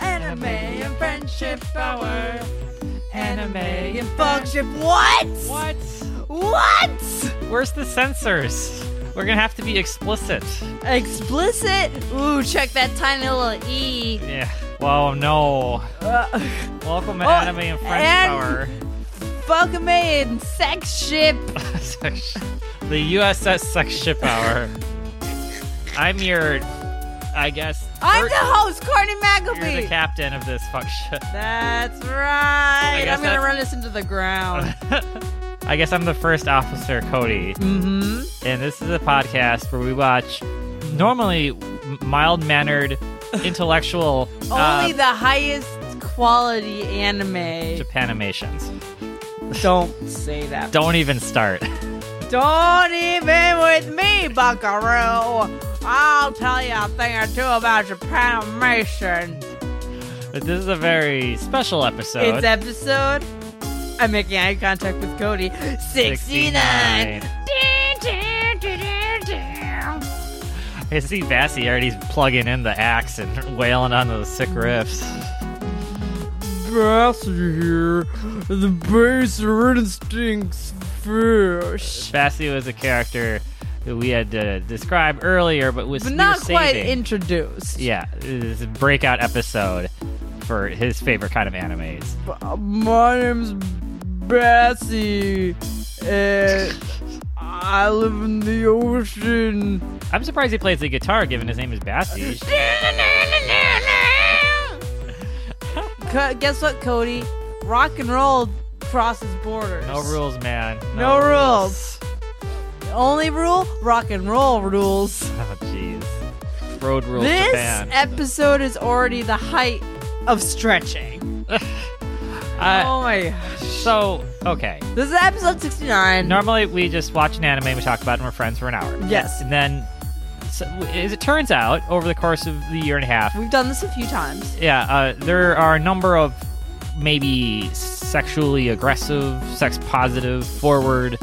Anime and Friendship Hour. Anime and Friendship. What? What? What? Where's the censors? We're gonna have to be explicit. Explicit? Ooh, check that tiny little E. Yeah. Well, no. Uh, Welcome to Oh, Anime and Friends and- Hour. Welcome in, sex ship. Section- the USS Sex Ship Hour. I'm your, I guess. I'm Bert, the host, Courtney You're the McAfee. captain of this fuck ship. That's right. guess I'm gonna that's- run this into the ground. I guess I'm the first officer, Cody. mm-hmm. and this is a podcast where we watch normally mild mannered, intellectual Only uh, the highest quality anime. Japanimations. Don't say that. Don't even start. Don't even with me, Buckaroo. I'll tell you a thing or two about Japanimation. But this is a very special episode. It's episode. I'm making eye contact with Cody. 69. I see Bassy already plugging in the axe and wailing on those sick riffs. here. The bass instincts first. Bassy was a character that we had to describe earlier, but was But we not were quite saving. introduced. Yeah, this is a breakout episode for his favorite kind of animes. B- My name's Bassy, and Eh, I live in the ocean. I'm surprised he plays the guitar given his name is Bassy. Co- guess what, Cody? Rock and roll crosses borders. No rules, man. Oh, No rules. The only rule: rock and roll rules. Oh, jeez. Road rules this Japan. episode is already the height of stretching. Uh, oh my gosh! so, okay. This is episode sixty-nine. Normally, we just watch an anime, we talk about it, and we're friends for an hour. Yes, And then, so, as it turns out, over the course of the year and a half, we've done this a few times. yeah, uh, there are a number of maybe sexually aggressive, sex positive, forward,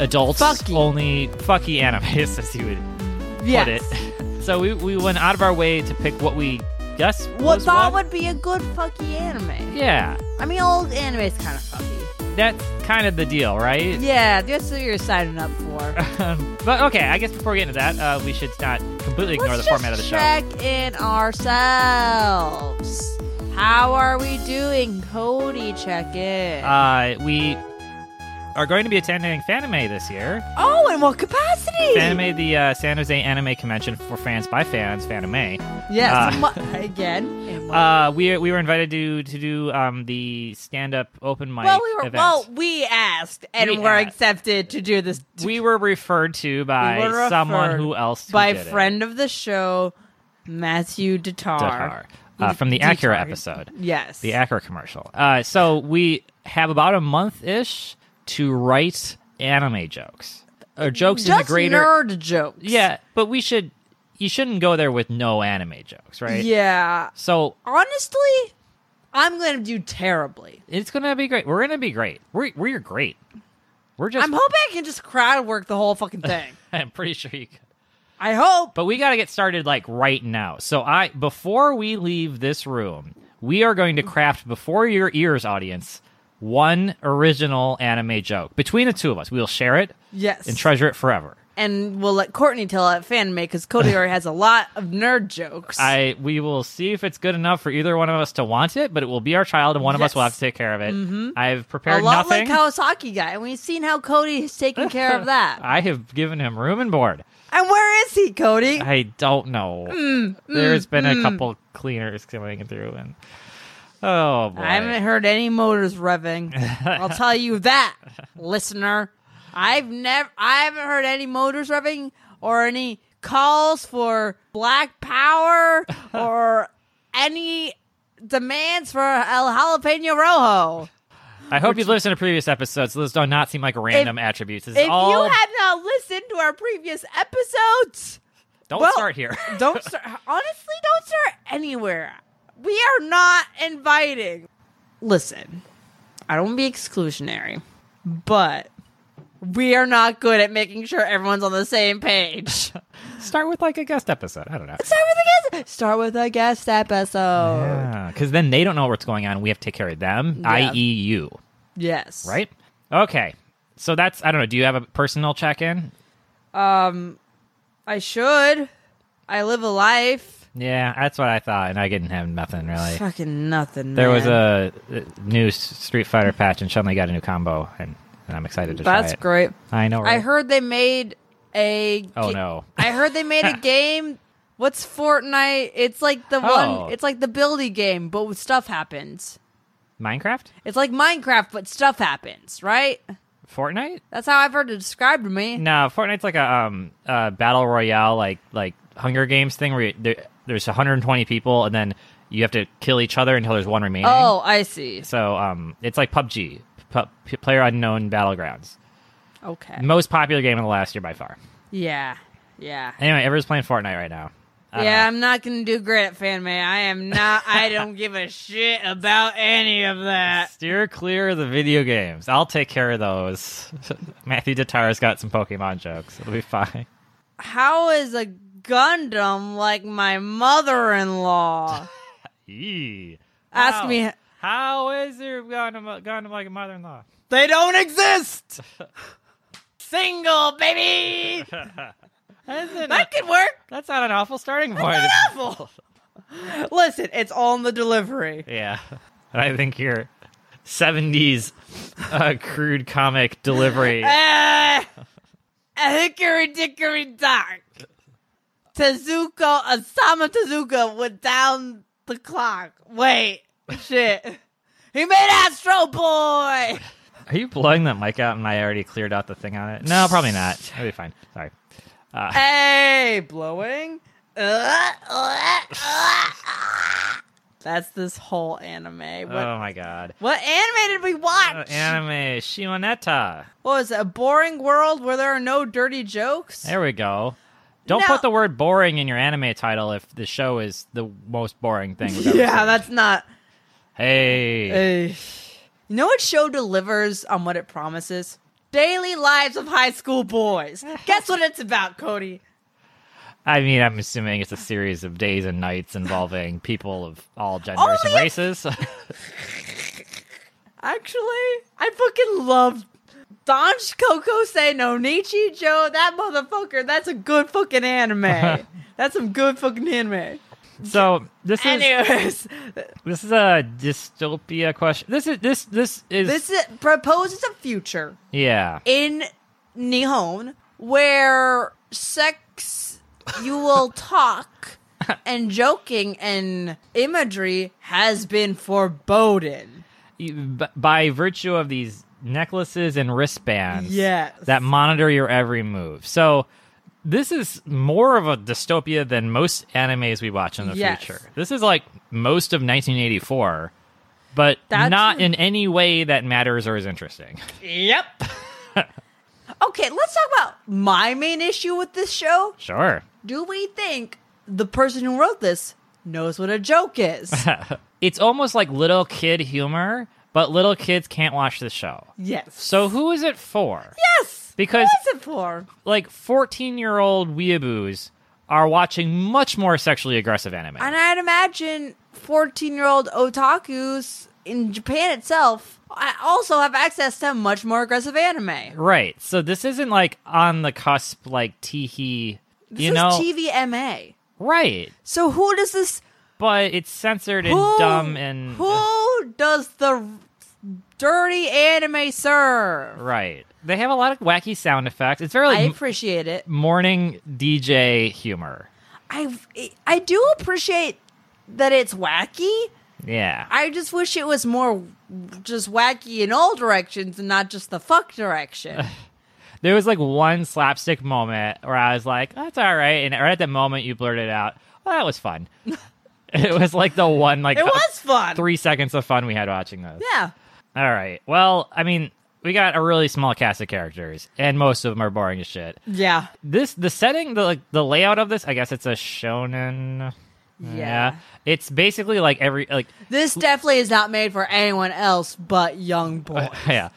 adults Fucky. only fucky animes, as you would Yes. put it. So we, we went out of our way to pick what we guess What was thought what. would be a good fucky anime? Yeah, I mean, old anime's kind of fucky. that's kind of the deal, right? Yeah, that's what you're signing up for. but okay, I guess before we get into that, uh, we should not completely ignore Let's the format of just the check in ourselves. How are we doing, Cody? Check in. show. Uh, we are going to be attending Fanime this year. oh, in what capacity? Fanime, the uh, San Jose Anime Convention for fans by fans, Fanime. Yes. uh, in what- again. in what- Uh, we we were invited to to do um, the stand up open mic. well, we were. event. Well, we asked and We were asked. accepted to do this t- we were referred to by We were someone referred who else who by did it. friend of the show, Matthew Detar. Dakar, uh, from the Acura episode, Yes. the Acura commercial. Uh, so we have about a month ish to write anime jokes or jokes in the Just greater. nerd jokes. Yeah, but we should. You shouldn't go there with no anime jokes, right? Yeah. So Honestly, I'm going to do terribly. it's gonna be great. We're gonna be great. We're we're great. We're just. I'm hoping I can just crowd work the whole fucking thing. I'm pretty sure you. Could. I hope. But we got to get started like right now. So I before we leave this room, we are going to craft before your ears audience one original anime joke. Between the two of us, we'll share it Yes. and treasure it forever. and we'll let Courtney tell it fan make because Cody already has a lot of nerd jokes. I we will see if it's good enough for either one of us to want it, but it will be our child and one of us Yes. will have to take care of it. I've Mm-hmm. a prepared lot nothing. like Kawasaki guy. And we've seen how Cody has taken care of that. I have given him room and board. And where is he, Cody? I don't know. Mm, There's been a couple cleaners coming through and oh boy. I haven't heard any motors revving. I'll tell you that, listener. I've never I haven't heard any motors revving or any calls for black power or any demands for El Jalapeno Rojo. I hope you listened to previous episodes. so Those do not seem like random attributes. This is If all. you have not listened to our previous episodes, don't well- start here. don't start honestly, don't start anywhere. We are not inviting. Listen, I don't want to be exclusionary, but we are not good at making sure everyone's on the same page. Start with like a guest episode. I don't know. Start with a guest. Start with a guest episode. Because Ah, then they don't know what's going on. We have to take care of them, Yeah. i.e., you, Yes. right? Okay. So that's, I don't know. Do you have a personal check in? I should. I live a life. Yeah, that's what I thought. And I didn't have nothing really. Fucking nothing. There was man. a uh, new S- Street Fighter patch, and suddenly got a new combo, and, and I'm excited to try That's it. great. I know. Right? I heard they made a. ga- Oh no. I heard they made a game. What's Fortnite? It's like the Oh. one. It's like the building game, but with stuff happens. Minecraft, It's like Minecraft, but stuff happens, right? Fortnite. That's how I've heard it described to me. No, Fortnite's like a um uh battle royale like like Hunger Games thing where you, there, there's 120 people and then you have to kill each other until there's one remaining. Oh, I see. So um it's like PUBG, P- Player Unknown Battlegrounds. Okay. Most popular game of the last year by far. Yeah. Yeah. Anyway, everyone's playing Fortnite right now. I don't Yeah, know. I'm not gonna do great at fan mail. I am not. I don't give a shit about any of that. Steer clear of the video games. I'll take care of those. Matthew Detaro's got some Pokemon jokes. It'll be fine. How is a Gundam like my mother-in-law? Eee. Ask How- me. How is your Gundam, Gundam like a mother-in-law? They don't exist. Single baby. That could work. That's not an awful starting point. Awful. Listen, it's all in the delivery. Yeah. I think your 70s uh, crude comic delivery. Uh, a hickory dickory dock. Tezuka, Osama Tezuka went down the clock. Wait, shit. He made Astro Boy! Are you blowing that mic out and I already cleared out the thing on it? No, probably not. It'll be fine. Sorry. Hey, blowing. Uh, uh, uh. That's this whole anime. What, Oh my god. what anime did we Uh, watch? anime Shionetta. what was it? A boring world where there are no dirty jokes? There we go. Don't No. put the word boring in your anime title if the show is the most boring thing. we've ever Yeah, seen. that's not. Hey. Ugh. You know what show delivers on what it promises? Daily Lives of High School Boys. Guess what it's about, Cody? I mean, I'm assuming it's a series of days and nights involving people of all genders and Only- races. Actually, I fucking love Don Coco Say No Nichi Joe. That motherfucker. That's a good fucking anime. that's some good fucking anime. so this is Anyways, This is a dystopia question. This is this this is this is, proposes a future yeah. in Nihon where sex you will talk and joking and imagery has been forbidden. You- b- By virtue of these necklaces and wristbands, Yes. that monitor your every move. So this is more of a dystopia than most animes we watch in the Yes. future. This is like most of 1984, but That's not true. in any way that matters or is interesting. Yep. okay, let's talk about my main issue with this show. Sure. Do we think the person who wrote this knows what a joke is? It's almost like little kid humor, but little kids can't watch the show. yes. So who is it for? Yes. Because- what is it for? like 14 year old weeaboos are watching much more sexually aggressive anime. And I'd imagine 14 year old otakus in Japan itself I also have access to much more aggressive anime. right. So this isn't like on the cusp, like teehee, This you is know? TVMA. Right. So who does this? But it's censored and Who, dumb and. uh, who does the dirty anime serve? Right. They have a lot of wacky sound effects. It's very like I m- appreciate it. morning DJ humor. I I do appreciate that it's wacky. Yeah. I just wish it was more just wacky in all directions and not just the fuck direction. There was like one slapstick moment where I was like, that's all right. And right at that moment, you blurted out, oh, that was fun. it was like the one, like, It was fun. three seconds of fun we had watching this. Yeah. All right. Well, I mean, we got a really small cast of characters, and most of them are boring as shit. Yeah. This, the setting, the like, the layout of this, I guess it's a shonen. Yeah. It's basically like every like This definitely is not made for anyone else but Uh, young boy. yeah.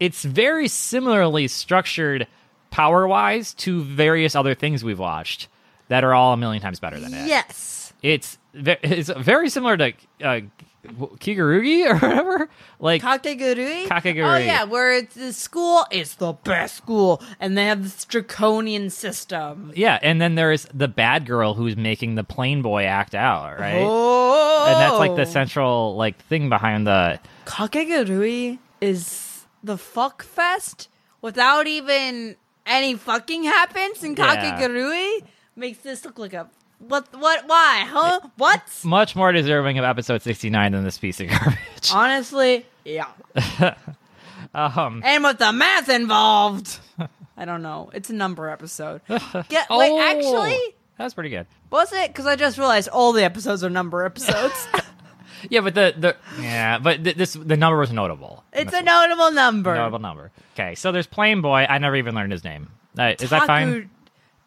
It's very similarly structured power wise to various other things we've watched. that are all a million times better than it. Yes. It's ve- it's very similar to uh, Kigurugi or whatever. Like Kakegurui? Kakegurui. Oh, yeah, where it's the school is the best school, and they have this draconian system. yeah, and then there is the bad girl who's making the plain boy act out, right? Oh. And that's like the central like thing behind the Kakegurui is the fuck fest without even any fucking happens, and Yeah. Kakegurui makes this look like a what? What? Why? Huh? What? much more deserving of episode 69 than this piece of garbage. Honestly, yeah. Um, And with the math involved, I don't know. It's a number episode. Get, oh, Wait, actually, that was pretty good. was it? Because I just realized all the episodes are number episodes. Yeah, but the the yeah, but th- this the number was notable. it's a This notable number. was a notable number. Okay, so there's Plain Boy. I never even learned his name. Uh, is that fine?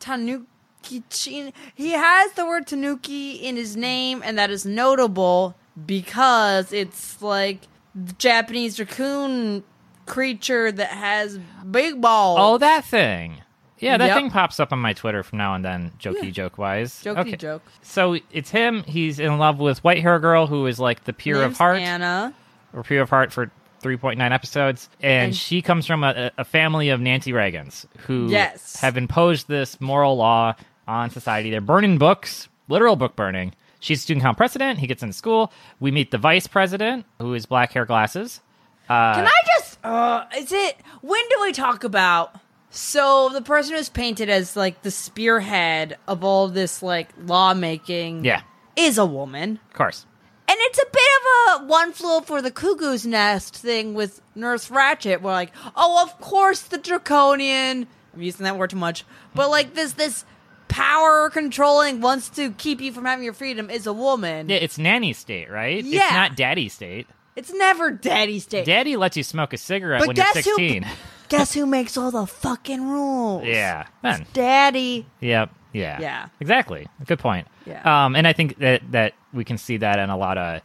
Tanuki Chin. He has the word Tanuki in his name, and that is notable because it's like the Japanese raccoon creature that has big balls. Oh, that thing. Yeah, that Yep. thing pops up on my Twitter from now and then, jokey joke wise. Jokey joke. So it's him. He's in love with white hair girl, who is like the pure of Name's heart, Anna. or pure of heart for 3.9 episodes, and, And- she comes from a, a family of Nancy Reagans who Yes. have imposed this moral law on society. They're burning books, literal book burning. She's student council president. He gets into school. We meet the vice president, who is black hair glasses. Can I just? Uh, is it? When do we talk about? So the person who's painted as like the spearhead of all this like lawmaking, Yeah, is a woman, of course. and it's a bit of a one flew for the cuckoo's nest thing with Nurse Ratchet. We're like, oh, of course the draconian. I'm using that word too much, but like this this power controlling wants to keep you from having your freedom is a woman. Yeah, it's nanny state, right? Yeah. It's not daddy state. It's never daddy state. Daddy lets you smoke a cigarette But when you're guess who- 16. Guess who makes all the fucking rules? yeah. Then. Daddy Yep. Yeah. Yeah. Exactly. Good point. Yeah. Um, and I think that that we can see that in a lot of.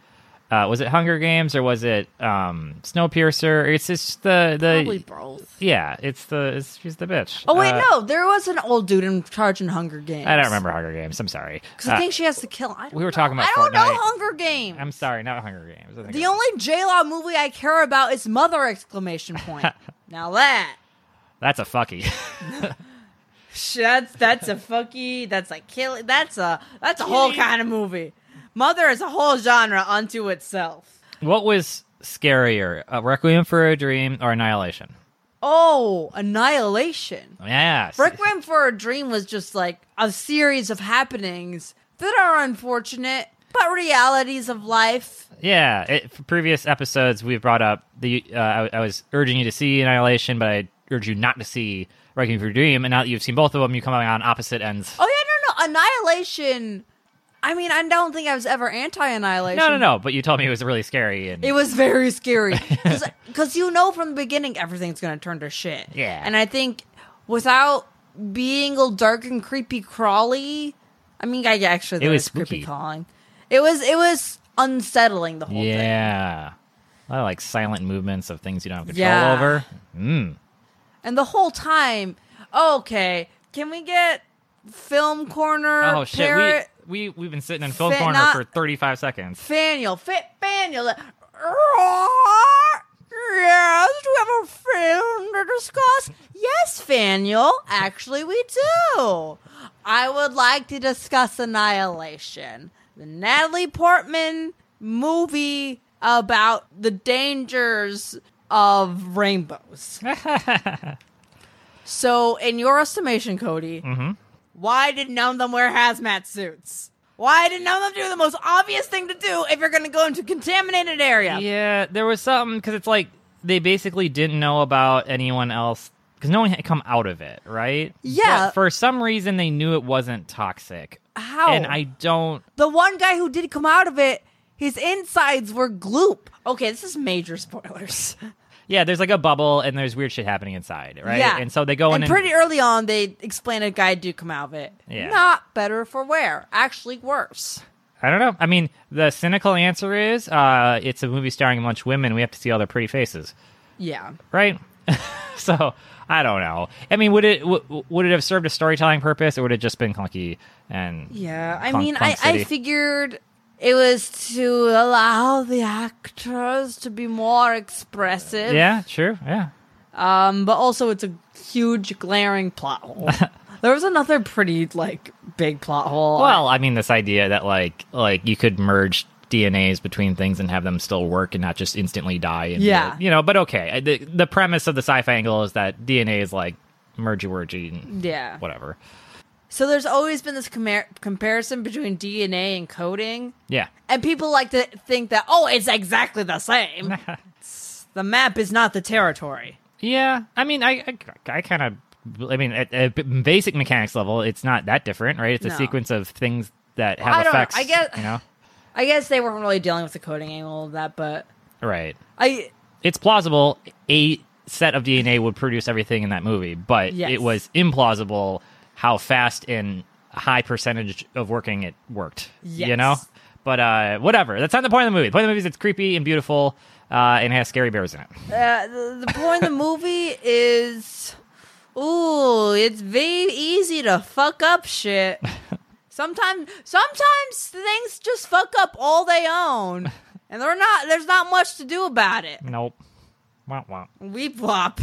Uh, was it Hunger Games or was it um, Snowpiercer? It's just the the Probably both. yeah. It's the it's, she's the bitch. Oh wait, Uh, no, there was an old dude in charge in Hunger Games. I don't remember Hunger Games. I'm sorry. because I Uh, think she has to kill. I don't we were know. talking about I don't know Fortnite. Hunger Games. I'm sorry, not Hunger Games. I think the it- only J Law movie I care about is Mother! Exclamation point. now that that's a fucky. sh- that's that's a fucky. That's a kill. That's a that's a whole kind of movie. Mother is a whole genre unto itself. what was scarier, uh, Requiem for a Dream or Annihilation? Oh, Annihilation. Yes. Requiem for a Dream was just like a series of happenings that are unfortunate, but realities of life. Yeah, it, for previous episodes we've brought up the. Uh, I, I was urging you to see Annihilation, but I urge you not to see Requiem for a Dream. And now that you've seen both of them, you come on opposite ends. Oh yeah, no, no, Annihilation. I mean, I don't think I was ever anti-Annihilation. no, no, no! But you told me it was really scary, and It was very scary because you know from the beginning everything's gonna turn to shit. Yeah. and I think without being all dark and creepy crawly, I mean, I actually It it was was creepy spooky. crawling. It was it was unsettling the whole thing. yeah, a lot of like silent movements of things you don't have control Yeah. Uh, over. And the whole time, okay, can we get film corner? Oh shit! parrot, We we we've been sitting in film Fit corner not- for thirty five seconds. Faniel, fit Faniel. Yes, do we have a film to discuss? Yes, Faniel. Actually, we do. I would like to discuss Annihilation, the Natalie Portman movie about the dangers of rainbows. so, in your estimation, Cody, Mm-hmm. why did none of them wear hazmat suits? Why did none of them do the most obvious thing to do if you're going to go into a contaminated area? Yeah, there was something because it's like they basically didn't know about anyone else because no one had come out of it, right? Yeah. But for some reason, they knew it wasn't toxic, How? and I don't. the one guy who did come out of it, his insides were gloop. Okay, this is major spoilers. Yeah, there's like a bubble, and there's weird shit happening inside, right? Yeah. And so they go in and and pretty early on, they explain a guy did come out of it. Yeah. Not better for wear. Actually, worse. I don't know. I mean, the cynical answer is uh, it's a movie starring a bunch of women. We have to see all their pretty faces, Yeah. right? so I don't know. I mean, would it w- would it have served a storytelling purpose, or would it just been clunky and Yeah, I Clunk- mean, Clunk I, I City. figured it was to allow the actors to be more expressive. yeah, sure, yeah. Um, but also it's a huge glaring plot hole. there was another pretty like big plot hole. Well, I mean, this idea that like like you could merge DNAs between things and have them still work and not just instantly die. And Yeah. you know. But okay, I- the the premise of the sci-fi angle is that DNA is like mergy wergy and yeah. whatever. So there's always been this com- comparison between DNA and coding, Yeah, and people like to think that oh, it's exactly the same. It's- the map is not the territory. yeah. I mean, I I, I kind of I mean, at, at b- basic mechanics level, it's not that different, right? It's a No. sequence of things that I have don't know. effects. I guess- you know, I guess they weren't really dealing with the coding angle of that, but right. I it's plausible a set of DNA would produce everything in that movie, but Yes. it was implausible how fast and high percentage of working it worked. You Yes. know? But uh, whatever. That's not the point of the movie. The point of the movie is it's creepy and beautiful uh, and has scary bears in it. Uh, the, the point of the movie is, ooh, it's very easy to fuck up shit. Sometimes, sometimes things just fuck up all they own, and they're not. There's not much to do about it. Nope. Womp womp. We flop.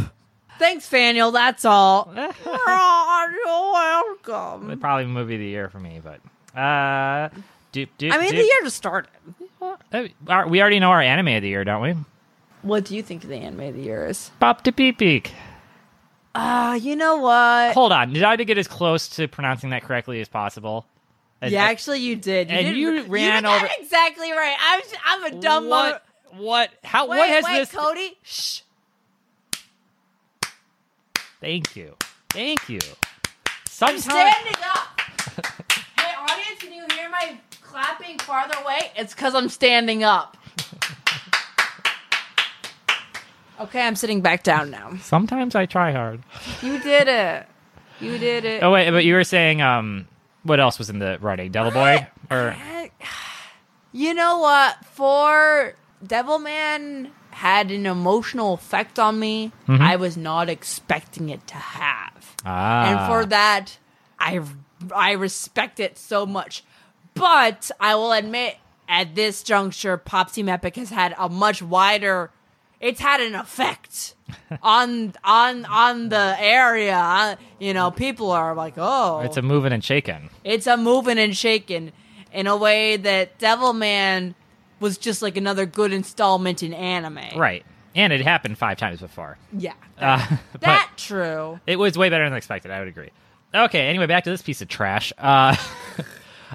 Thanks, Faniel. That's all. Oh, you're welcome. Probably movie of the year for me, but. Uh, doop, doop, I mean, the year just started. year. we already know our anime of the year, don't we? What do you think the anime of the year is? Pop to peep peek. Ah, you know what? Hold on. Did I get as close to pronouncing that correctly as possible? As- Yeah, actually, you did. uh, and did, you ran did that over- exactly right. I'm, I'm a dumb what, mo- What? How? Wait, what has wait, this? Cody? Shh. Thank you. Thank you. I'm Sometimes. standing up. hey, audience, can you hear my clapping farther away? It's because I'm standing up. okay, I'm sitting back down now. Sometimes I try hard. You did it. You did it. Oh wait, but you were saying um, what else was in the running? Devil Boy or You know what? For Devilman had an emotional effect on me. I was not expecting it to have. ah? and for that i i respect it so much but i will admit at this juncture popsy mepic has had a much wider it's had an effect on on on the area you know people are like oh it's a moving and shaking. it's a moving and shaking in a way that devilman was just like another good installment in anime Right, and it happened five times before. yeah Uh, but that true it was way better than expected. I would agree. Okay. Anyway, back to this piece of trash. Uh,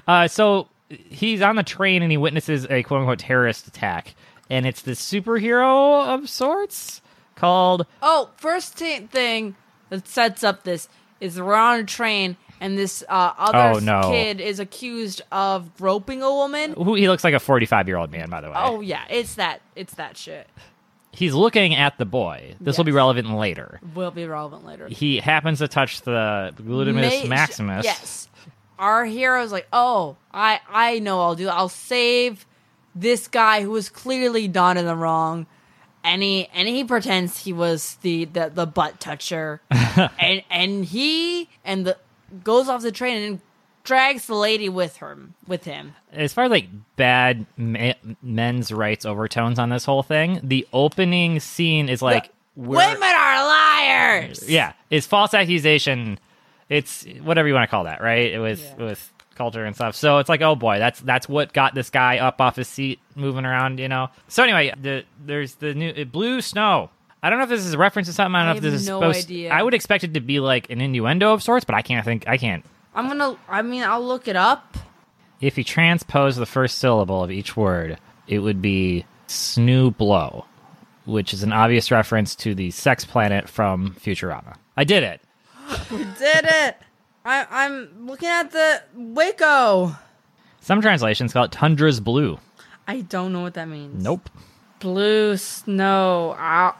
uh, so he's on the train and he witnesses a quote unquote terrorist attack, and it's this superhero of sorts called Oh, first t- thing that sets up this is we're on a train and this uh, other Oh, no. kid is accused of groping a woman. who he looks like a 45 year old man by the way Oh yeah, it's that it's that shit. he's looking at the boy this will be Yes. relevant later Will be relevant later. he happens to touch the glutamus May- maximus Yes. Our hero's like, "Oh, I I know I'll do. I'll save this guy who was clearly not in the wrong." And he and he pretends he was the the, the butt toucher. and and he and the goes off the train and drags the lady with him with him. as far as like bad ma- men's rights overtones on this whole thing the opening scene is like we're- Women are liars. yeah it's false accusation it's whatever you want to call that right with Yeah. with culture and stuff so it's like oh boy that's that's what got this guy up off his seat moving around you know so anyway the there's the new it blew snow i don't know if this is a reference to something i don't I know if this have is no supposed idea. i would expect it to be like an innuendo of sorts but i can't think i can't I'm going to I mean, I'll look it up. if you transpose the first syllable of each word it would be snoo blow which is an obvious reference to the sex planet from futurama i did it Did it. I I'm looking at the Waco. Some translations call it tundra's blue. I don't know what that means. Nope. Blue snow. Ao-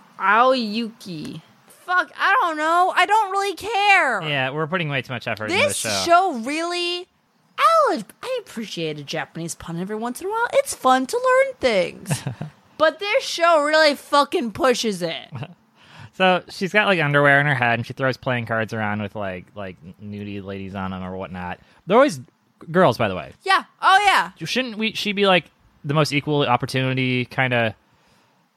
Aoyuki. Fuck, I don't know. I don't really care. Yeah, we're putting way too much effort into the This show. show. really. I'll, I appreciate a Japanese pun every once in a while. It's fun to learn things. but this show really fucking pushes it. So So she's got like underwear in her head, and she throws playing cards around with like like nudie ladies on them or whatnot. They're always girls, by the way. Yeah. Oh yeah. Shouldn't we? She be like the most equal opportunity kind of.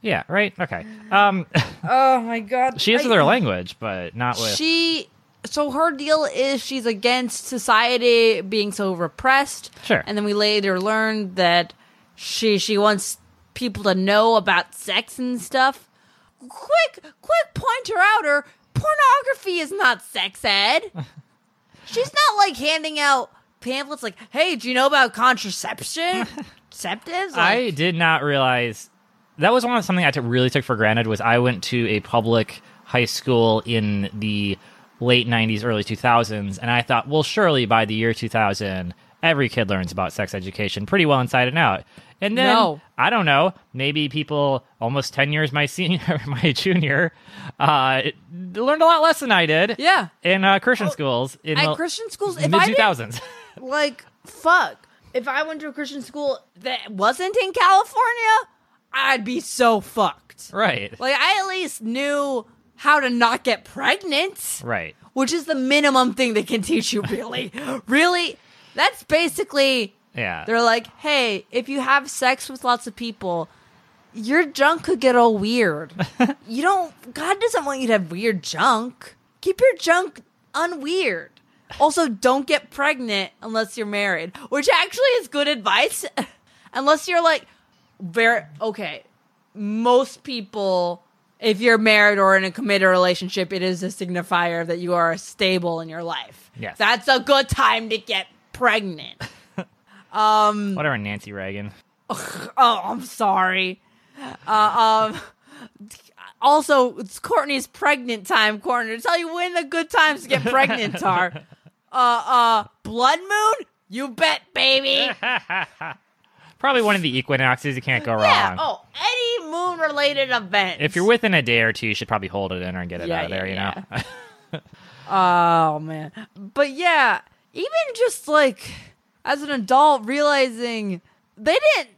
Yeah. Right. Okay. Um, Oh my god. she is I- with her language, but not with. She so her deal is she's against society being so repressed. Sure. And then we later learned that she she wants people to know about sex and stuff. Quick, quick pointer outer, pornography is not sex ed. She's not like handing out pamphlets like, "Hey, do you know about contraception?" Contraceptives? I Like, did not realize that was one of something I took- really took for granted was I went to a public high school in the late 90s early 2000s and I thought well surely by the year 2000 every kid learns about sex education pretty well inside and out and then No. I don't know maybe people almost 10 years my senior my junior uh it- learned a lot less than I did Yeah. Oh, in uh, Christian schools in at the Christian schools, if mid I didn't 2000s like fuck if i went to a christian school that wasn't in california i'd be so fucked right like i at least knew how to not get pregnant right which is the minimum thing they can teach you really really that's basically yeah they're like hey if you have sex with lots of people your junk could get all weird you don't god doesn't want you to have weird junk keep your junk unweird also don't get pregnant unless you're married which actually is good advice unless you're like very okay most people if you're married or in a committed relationship it is a signifier that you are stable in your life Yes. that's a good time to get pregnant whatever Nancy Reagan oh, I'm sorry. Uh, um, also, it's Courtney's pregnant time corner. To tell you when the good times to get pregnant are. Uh, uh, blood moon. You bet, baby. Probably one of the equinoxes. You can't go Yeah. wrong. Oh, any moon related event. If you're within a day or two, you should probably hold it in or get it Yeah, out of there. yeah, You know. Oh man. But yeah, even just like as an adult realizing they didn't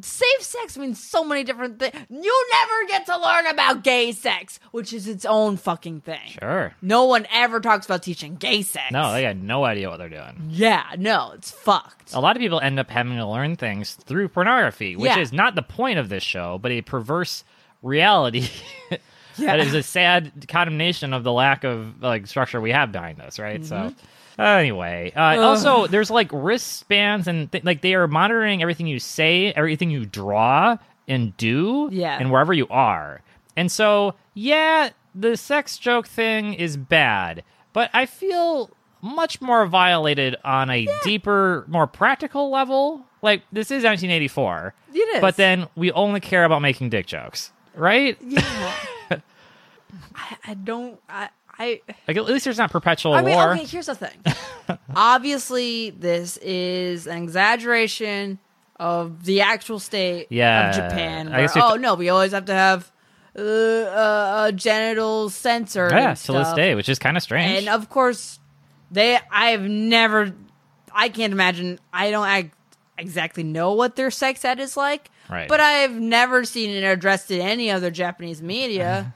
safe sex means so many different things. You never get to learn about gay sex, which is its own fucking thing. sure. No one ever talks about teaching gay sex. No, they Oh. got no idea what they're doing. yeah, no, it's fucked. A lot of people end up having to learn things through pornography, which Yeah. is not the point of this show, but a perverse reality Yeah. that is a sad condemnation of the lack of like structure we have behind us, right? Mm-hmm. So, anyway, uh, also there's like wristbands and th- like they are monitoring everything you say, everything you draw and do, Yeah. and wherever you are. And so, yeah, the sex joke thing is bad, but I feel much more violated on a deeper, more practical level. Like this is 1984, It is. but then we only care about making dick jokes, right? I, I don't I I Like at least there's not perpetual I mean, war. okay, here's the thing. Obviously, this is an exaggeration of the actual state Yeah, of Japan. I Where, guess we have oh to- no, we always have to have uh, a, a genital censor. Yeah, and to this stuff. day, which is kind of strange. And uh, of course, they. I've never. I can't imagine. I don't ac exactly know what their sex ed is like. Right. But I've never seen it addressed in any other Japanese media,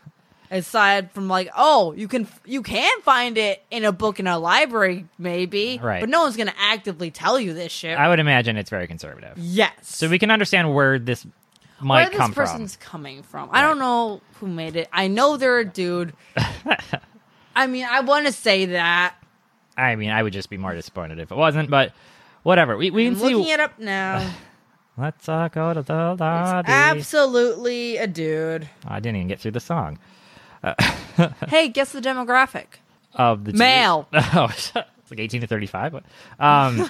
aside from like, oh, you can you can find it in a book in a library, maybe. Right. But no one's gonna actively tell you this shit. I would imagine it's very conservative. yes. So we can understand where this where might this come from. person's coming from. I don't know who made it. I know they're a dude. I mean, I want to say that. I mean, I would just be more disappointed if it wasn't, but whatever. We, we can I'm see. looking it up now. Let's uh, go to the lobby. Oh, Absolutely a dude. I didn't even get through the song hey, guess the demographic. of the Male. Oh, it's like eighteen to thirty-five. but, Um,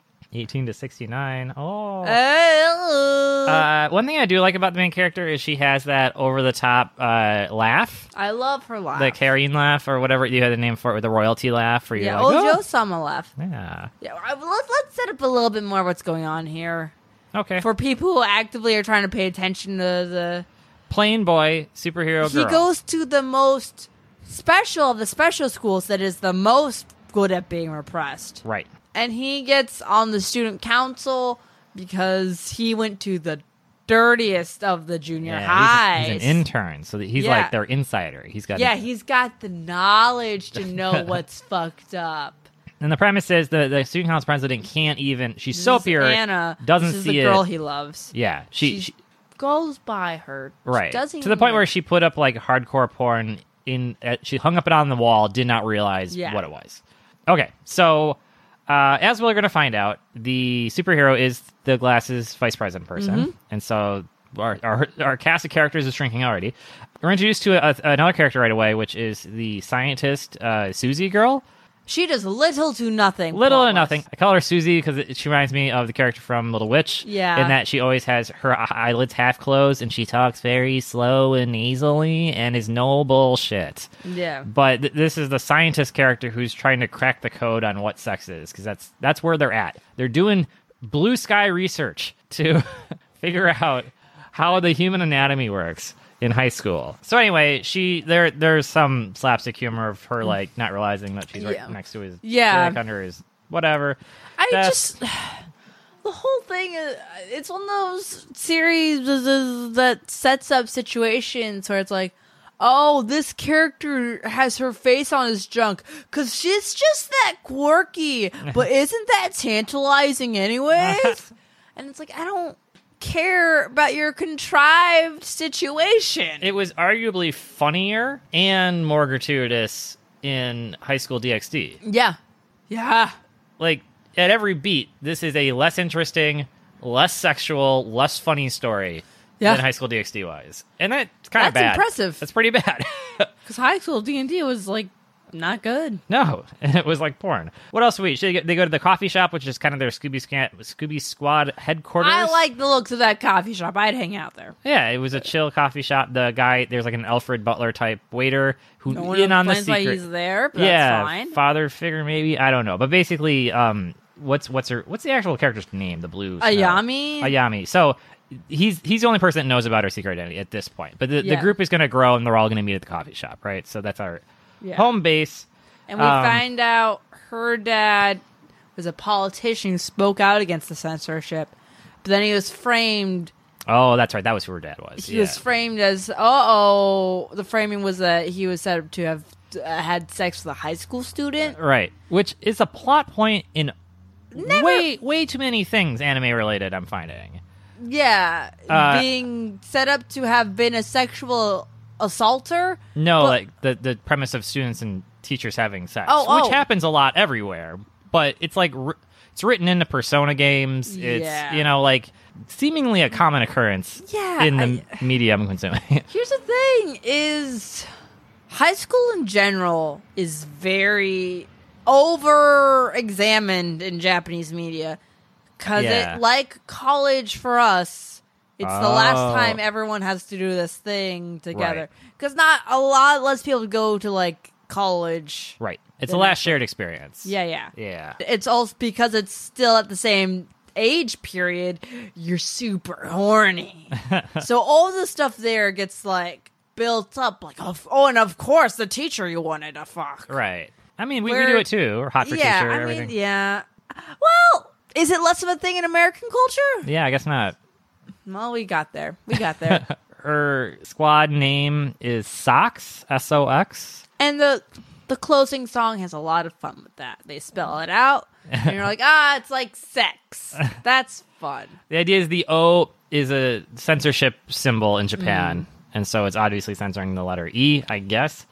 eighteen to sixty-nine. Oh. Oh, Uh, one thing I do like about the main character is she has that over-the-top uh, laugh, I love her laugh. the Carrion laugh or whatever you had a name for it, with the royalty laugh, where you're yeah, like, Ojo "Oh." Sama laugh. yeah, Yeah, I- let, let's set up a little bit more what's going on here okay. for people who actively are trying to pay attention to plain boy superhero the. Oh, He girl. goes to the most special of the special schools that is the most good at being repressed, right. and he gets on the student council because he went to the dirtiest of the junior Yeah, highs. he's, a- he's an intern, so he's Yeah. like their insider. He's got yeah, he's got the knowledge to know what's fucked up. And the premise is the the student council president can't even. She's This so is pure. Anna doesn't this is see the girl it. he loves. yeah, she, She, she goes by her. She right doesn't to the even point where like- she put up like hardcore porn in. Uh, she hung up it on the wall. Did not realize Yeah. what it was. Okay, so uh, as we're going to find out, the superhero is the glasses vice president person, Mm-hmm. and so. Our, our, our cast of characters is shrinking already. We're introduced to a, another character right away, which is the scientist uh, Susie girl, she does little to nothing. Little plot-wise. to nothing. I call her Susie because she reminds me of the character from Little Witch. Yeah. In that she always has her eye- eyelids half closed and she talks very slow and easily and is no bullshit. Yeah. But th- this is the scientist character who's trying to crack the code on what sex is because that's that's where they're at. They're doing blue sky research to figure out how the human anatomy works in high school. So anyway, she there there's some slapstick humor of her like not realizing that she's Yeah. right next to his Yeah. dick under his whatever. I That's- just the whole thing is it's one of those series that sets up situations where it's like, oh, this character has her face on his junk because she's just that quirky, but isn't that tantalizing anyways? and it's like I don't care about your contrived situation. it was arguably funnier and more gratuitous in High School DxD. yeah, yeah, like at every beat, this is a less interesting, less sexual, less funny story Yeah. than High School DxD was, and that's kind of That's bad. impressive. That's pretty bad. because high school D and D was like not good. no, it was like porn. What else do we? Should they, go- they go to the coffee shop, which is kind of their Scooby Scan- Scooby Squad headquarters. I like the looks of that coffee shop. I'd hang out there. Yeah, it was a chill coffee shop. The guy, there's like an Alfred Butler type waiter who No one in on the complains why secret. he's there, but yeah, that's fine. father figure maybe. I don't know, but basically, um, what's what's her what's the actual character's name? The blue Snow. Ayami? Ayami. So he's he's the only person that knows about her secret identity at this point. But the, Yeah. the group is going to grow, and they're all going to meet at the coffee shop, right? So that's our Yeah. home base. and we um, find out her dad was a politician who spoke out against the censorship, but then he was framed. Oh, that's right. That was who her dad was. He yeah. was framed as uh oh. The framing was that he was said to have uh, had sex with a high school student. right, which is a plot point in Never- way way too many things anime related. I'm finding. Yeah, Uh, being set up to have been a sexual assaulter. No, But- like the the premise of students and teachers having sex, Oh, which oh. happens a lot everywhere, but it's like wr- it's written into Persona games. It's Yeah. you know like seemingly a common occurrence Yeah, in the media I'm consuming. Here's the thing is high school in general is very over examined in Japanese media cuz Yeah. it like college for us it's the last Oh. time everyone has to do this thing together cuz not a lot less people go to like college. right, it's The the last next shared experience. Yeah, yeah. yeah. It's also because it's still at the same age period, you're super horny. so all the stuff there gets like built up like of- oh and of course the teacher you wanted to fuck. Right. I mean, we, we Where- do it too. Or hot for Yeah, teacher. I everything. mean, yeah. Well, is it less of a thing in American culture? yeah, I guess not. Well, we got there. We got there. Her squad name is Sox. S O X. and the the closing song has a lot of fun with that. They spell it out and you're like, "Ah, it's like sex." That's fun. The idea is the O is a censorship symbol in Japan, and so it's obviously censoring the letter E, I guess.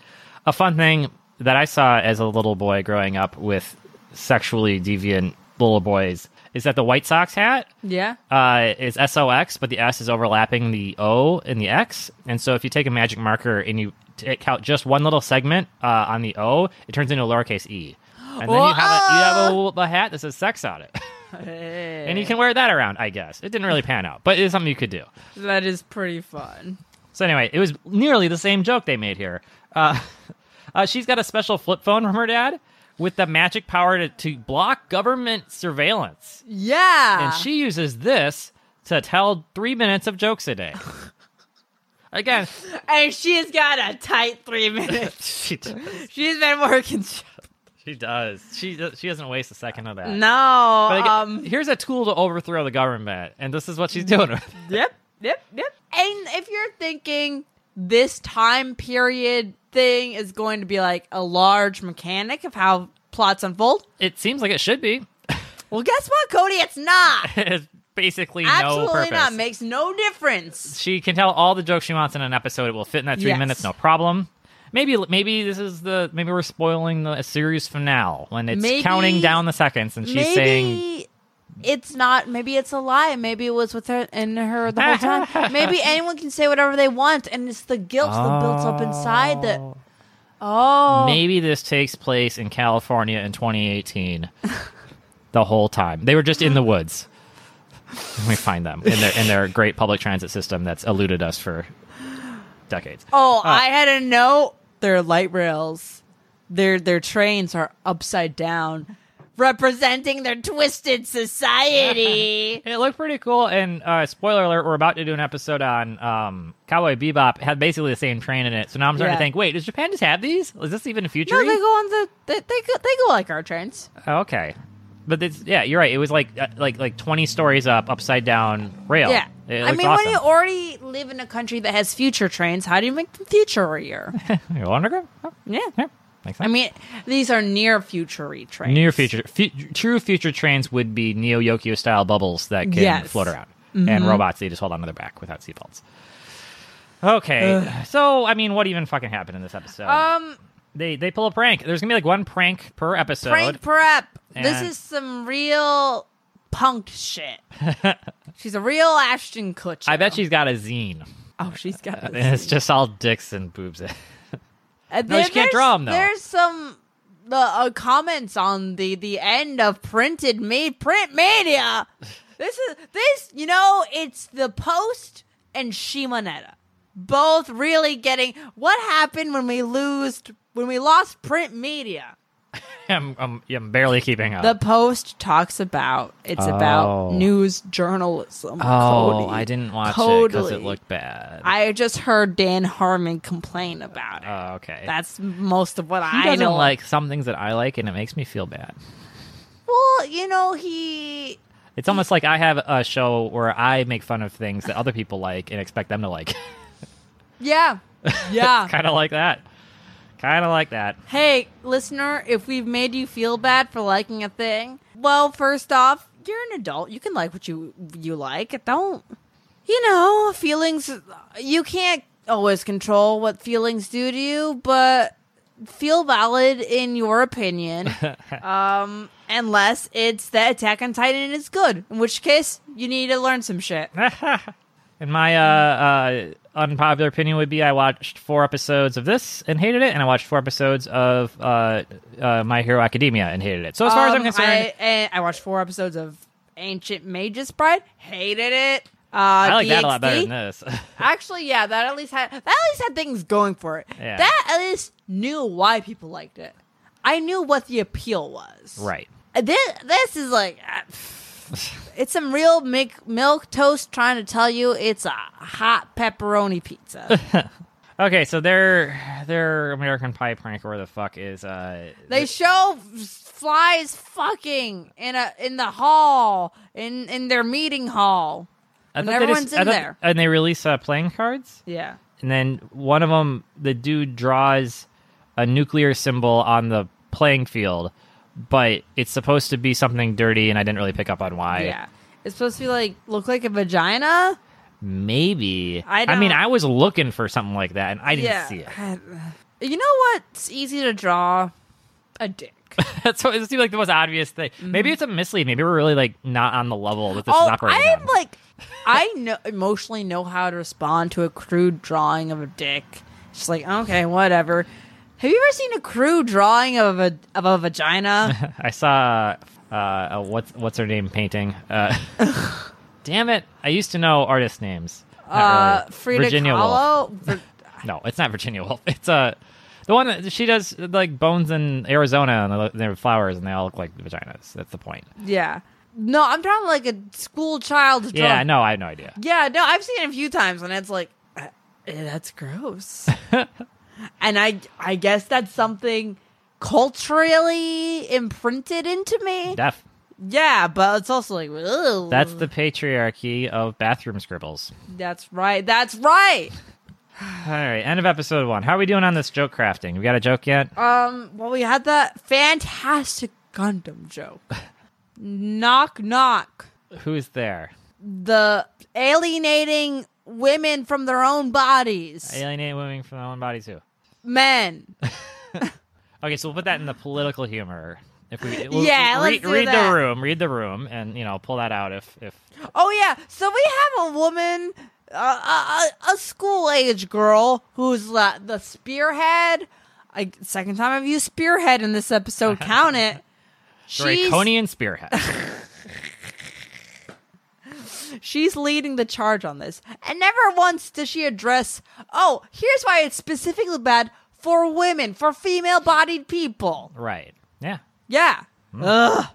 A fun thing that I saw as a little boy growing up with sexually deviant little boys is that the White Sox hat Yeah. uh, is SOX, but the S is overlapping the O and the X. And so if you take a magic marker and you take out just one little segment uh, on the O, it turns into a lowercase e. And then you have, a, you have a, little- a hat that says sex on it. Eh, and you can wear that around, I guess. It didn't really pan out, but it's something you could do. That is pretty fun. So anyway, it was nearly the same joke they made here. Uh, uh, she's got a special flip phone from her dad with the magic power to, to block government surveillance. Yeah. And she uses this to tell three minutes of jokes a day. Again, And she's got a tight three minutes. she, does. She's been working. she does. She does- she doesn't waste a second of that. No. But again, um. here's a tool to overthrow the government, and this is what she's doing. with it. Yep. Yep, yep. And if you're thinking this time period thing is going to be like a large mechanic of how plots unfold, It seems like it should be. well, guess what, Cody? It's not. it's basically no Absolutely purpose. not. Makes no difference. she can tell all the jokes she wants in an episode. It will fit in that three Yes. minutes, no problem. Maybe maybe this is the maybe we're spoiling the series finale when it's Maybe- counting down the seconds and she's maybe saying it's not. Maybe it's a lie. Maybe it was with her and her the whole time. maybe anyone can say whatever they want, and it's the guilt that built up inside that. "Oh, Oh, Maybe this takes place in California in 2018. the whole time they were just in the woods. And we find them in their in their great public transit system that's eluded us for decades. Oh, I had a note. Their light rails, their their trains are upside down, representing their twisted society. It looked pretty cool. And uh, spoiler alert, we're about to do an episode on um, Cowboy Bebop. It had basically the same train in it. So now I'm starting Yeah. to think, wait, does Japan just have these? Is this even a future? Oh, no, they go on the they, they go they go like our trains. okay. But it's, yeah, you're right. It was like uh, like like 20 stories up, upside down rail. Yeah, Oh, It I looked mean, awesome. when you already live in a country that has future trains, how do you make them futurier? you underground? Oh, yeah, yeah, makes sense. I mean, these are near futury trains. Near future, fu- true future trains would be Neo Yokio style bubbles that can Yes. Mm-hmm. float around, and robots they just hold onto their back without seatbelts. Okay, so I mean, what even fucking happened in this episode? Um, They they pull a prank. There's gonna be like one prank per episode. prank prep. This And- is some real punk shit. she's a real Ashton Kutcher. I bet she's got a zine. Oh, she's got And this. it's just all dicks and boobs. Uh, No, she can't draw 'em, though. There's some the uh, comments on the the end of printed made print media. This is this you know it's the post and Shimonetta both really getting what happened when we lost when we lost print media. I'm, I'm I'm barely keeping up. The post talks about it's Oh. about news journalism. oh, Cody. I didn't watch it because Totally. it looked bad. I just heard Dan Harmon complain about it. oh, okay. That's most of what he I doesn't know. like some things that I like, and it makes me feel bad. Well, you know, he. It's almost like I have a show where I make fun of things that other people like and expect them to like. Yeah. Yeah. kind of like that. Kind of like that. hey, listener, if we've made you feel bad for liking a thing, well, first off, you're an adult. You can like what you you like. Don't you know, feelings you can't always control what feelings do to you, but feel valid in your opinion. um unless it's that Attack on Titan is good, in which case you need to learn some shit. And my uh, uh, unpopular opinion would be I watched four episodes of this and hated it, and I watched four episodes of uh, uh, My Hero Academia and hated it. So as far as I'm Um, concerned, I, and I watched four episodes of Ancient Mage's Bride. Hated it. Uh, I, like that a lot better DxD. than this. Actually, yeah, that at least had that at least had things going for it. Yeah. That at least knew why people liked it. I knew what the appeal was. right. This this is like. uh, It's some real milk, milk toast trying to tell you it's a hot pepperoni pizza. Okay, so their their American Pie prank or where the fuck is uh They show f- flies fucking in a in the hall in in their meeting hall. I and thought they just- everyone's I in thought- there. and they release uh, playing cards. Yeah. and then one of them the dude draws a nuclear symbol on the playing field but it's supposed to be something dirty and i didn't really pick up on why Yeah. It's supposed to be like look like a vagina. maybe I mean don't- i was looking for something like that and i didn't yeah. see it You know what's easy to draw? A dick. that's what it seemed like the most obvious thing maybe it's a mislead maybe we're really like not on the level that this is Mm-hmm. oh, operating I'm on. like, I know emotionally know how to respond to a crude drawing of a dick. It's like okay, whatever. Have you ever seen a crude drawing of a of a vagina? i saw uh, uh what's what's her name painting uh damn it i used to know artist names Not uh, really. Frida virginia Woolf. Kahlo. Vir- No, it's not Virginia Woolf. It's uh, the one that she does like bones in Arizona and they look- they have flowers and they all look like vaginas. That's the point. yeah. No, I'm talking like a school child's drawing. Yeah, no, I have no idea. Yeah, no, I've seen it a few times, and it's like, uh, eh, that's gross. and I, I guess that's something culturally imprinted into me. Deaf. Yeah, but it's also like, ugh. That's the patriarchy of bathroom scribbles. That's right. That's right. All right, end of episode one. How are we doing on this joke crafting? We got a joke yet? Um, well, we had that fantastic Gundam joke. knock, knock. Who's there? The alienating women from their own bodies. Alienate women from their own bodies who? Men. Okay, so we'll put that in the political humor. If we we'll Yeah, re- let's do read that. the room, read the room, and you know pull that out if if Oh yeah, so we have a woman, uh, a, a school age girl who's la- the spearhead. I, second time I've used spearhead in this episode. Count it. She's, draconian spearhead. she's leading the charge on this, and never once does she address. Oh, here's why it's specifically bad for women, for female-bodied people. right? Yeah, Yeah. Ugh.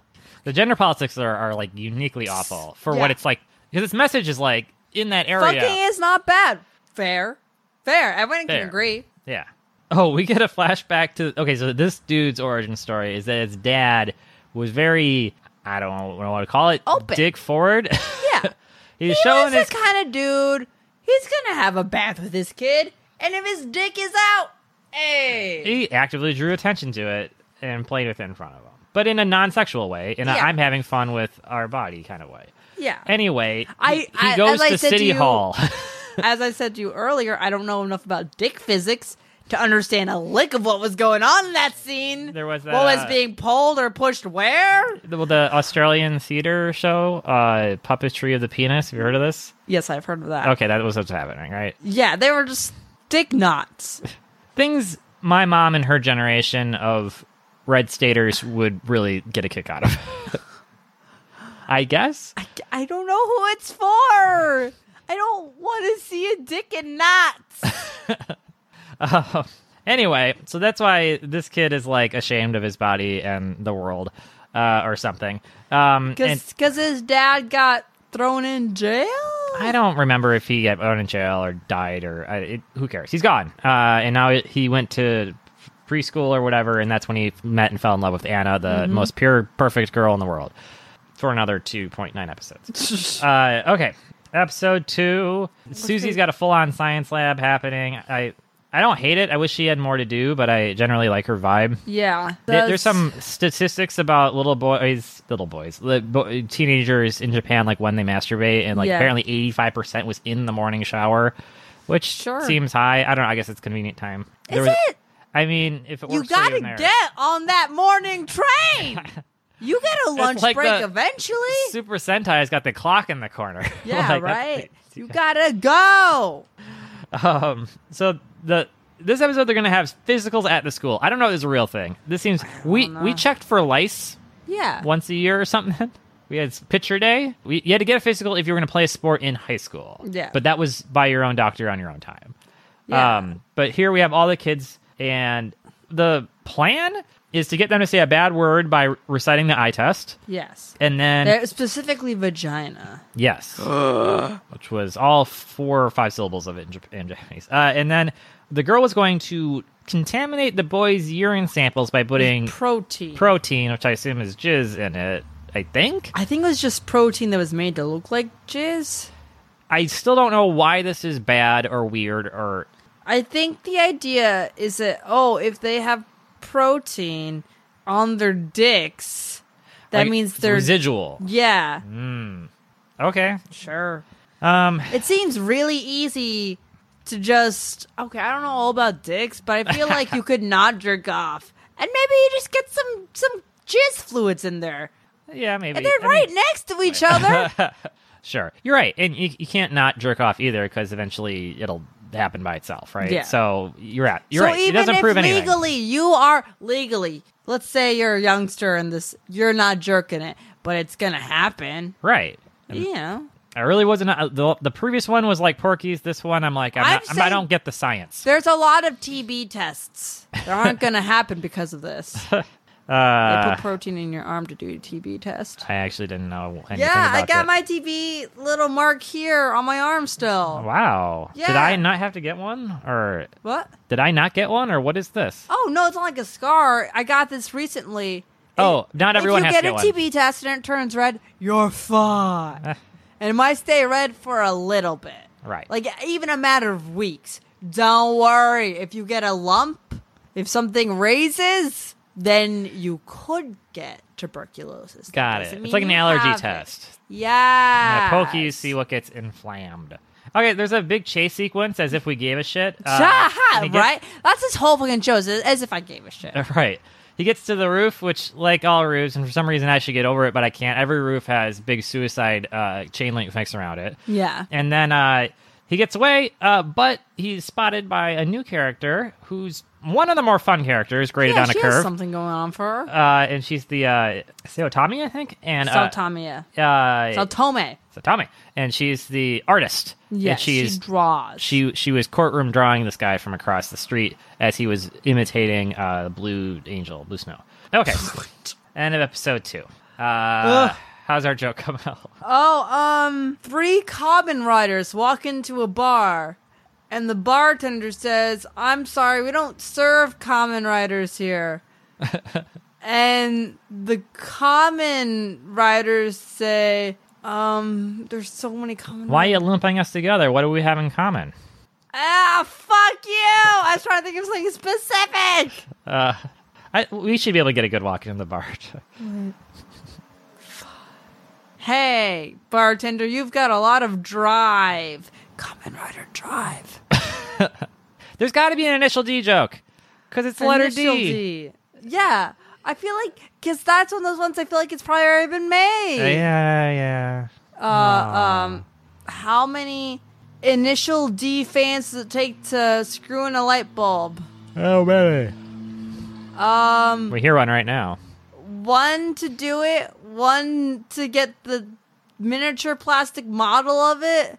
the gender politics are, are like uniquely awful for what Yeah. it's like because its message is like in that area. Fucking is not bad. Fair. Fair. Everyone Fair. can agree. Yeah. Oh, we get a flashback to okay. So this dude's origin story is that his dad was very I don't know what to call it. Open. Dick forward. Yeah. He's He showing was his the kind of dude. He's gonna have a bath with his kid, and if his dick is out, hey, he actively drew attention to it and played with it in front of him, but in a non-sexual way, in a Yeah. I'm having fun with our body kind of way. yeah. Anyway, I- he, he I- goes as I to said to City you- Hall. As I said to you earlier, I don't know enough about dick physics to understand a lick of what was going on in that scene. There was that, what was uh, being pulled or pushed where? the, well, the Australian theater show, uh, puppetry of the penis. Have you heard of this? Yes, I've heard of that. Okay, that was what's happening, right? Yeah, they were just dick knots. things my mom and her generation of red staters would really get a kick out of. I guess. I, I don't know who it's for. I don't want to see a dick in knots. Anyway, so that's why this kid is like ashamed of his body and the world, uh, or something. Um, and Because his dad got thrown in jail? I don't remember if he got thrown in jail or died or I, it, who cares. He's gone, uh, and now he went to preschool or whatever, and that's when he met and fell in love with Anna, the most pure, perfect girl in the world, for another two point nine episodes. Uh, okay, episode two. Susie's got a full-on science lab happening. I I don't hate it. I wish she had more to do, but I generally like her vibe. Yeah. There- that's- There's some statistics about little boys, little boys, li- bo- teenagers in Japan, like when they masturbate, and like Yeah. apparently 85 percent was in the morning shower, which Sure. seems high. I don't know. I guess it's convenient time. There Is was- it? I mean, if it You works for gotta in there. get on that morning train. you get a lunch like break the- eventually. Super Sentai's got the clock in the corner. Yeah, Like, that's- right. You gotta go. Um, so the this episode they're gonna have physicals at the school. I don't know if this is a real thing. This seems we know. we checked for lice Yeah. once a year or something. We had pitcher day. We, you had to get a physical if you were going to play a sport in high school. Yeah. But that was by your own doctor on your own time. Yeah. Um, but here we have all the kids, and the plan is to get them to say a bad word by reciting the eye test, Yes. and then They're specifically vagina. Yes. Which was all four or five syllables of it in, Jap- in Japanese. Uh, and then the girl was going to contaminate the boys' urine samples by putting Protein. protein, which I assume is jizz, in it. I think. I think it was just protein that was made to look like jizz. I still don't know why this is bad or weird or. I think the idea is that oh, if they have protein on their dicks, that like, means it's they're Residual. yeah. Okay. Sure. Um, It seems really easy to just okay. I don't know all about dicks, but I feel like you could not jerk off, and maybe you just get some some jizz fluids in there, yeah, maybe. and they're I mean, right next to each other. Sure, you're right, and you, you can't not jerk off either because eventually it'll happen by itself, right? Yeah. So you're at you're so right. it even doesn't if prove anything. legally you are legally, let's say you're a youngster and this, you're not jerking it, but it's gonna happen. Right. You know, I really wasn't. uh, The, the previous one was like Porky's. This one, I'm like, I'm I'm not, I'm, I saying- don't get the science. there's a lot of TB tests that aren't going to happen because of this. they Uh, put protein in your arm to do a TB test. I actually didn't know. Anything Yeah, I about got that. my TB little mark here on my arm still. Oh, Wow. Did Yeah. I not have to get one, or What? Uh, did I not get one, or what is this? Oh no, it's not like a scar. I got this recently. Oh, not everyone if you has get a to get one. Eh. TB test and it turns red, you're fine. and it might stay red for a little bit. Right. Like even a matter of weeks. Don't worry. If you get a lump, if something raises, then you could get tuberculosis. That Got doesn't it. mean It's like an you allergy have it. test. Yeah. Yeah, poke you, see what gets inflamed. Okay, there's a big chase sequence as if we gave a shit. Uh, and he gets- right? That's his whole fucking show, is as if I gave a shit. Right. He gets to the roof, which, like all roofs, and for some reason I should get over it, but I can't. Every roof has big suicide uh, chain link fence around it. Yeah. And then uh, he gets away, uh, but he's spotted by a new character who's one of the more fun characters, graded yeah, on a she curve. has something going on for her. uh, and she's the uh, Seotami, I think. And uh, Saltamia. uh, Saltome. Seotami. And she's the artist. Yeah, and she she's draws. she she was courtroom drawing this guy from across the street as he was imitating uh blue angel blue snow okay end of episode two uh how's our joke come out Oh, um, three common riders walk into a bar, and the bartender says, I'm sorry, we don't serve common riders here. and the common riders say, um, there's so many common why are you lumping us together what do we have in common Ah, fuck you! I was trying to think of something specific! I, we should be able to get a good walk in the bar Hey, bartender, you've got a lot of drive. Common Rider Drive. there's got to be an initial d joke because it's the letter Initial D. Yeah, I feel like, because that's one of those ones I feel like it's probably already been made. yeah yeah Uh, um, how many initial D fans does it take to screw in a light bulb? oh baby Um, we hear one right now one to do it, one to get the miniature plastic model of it,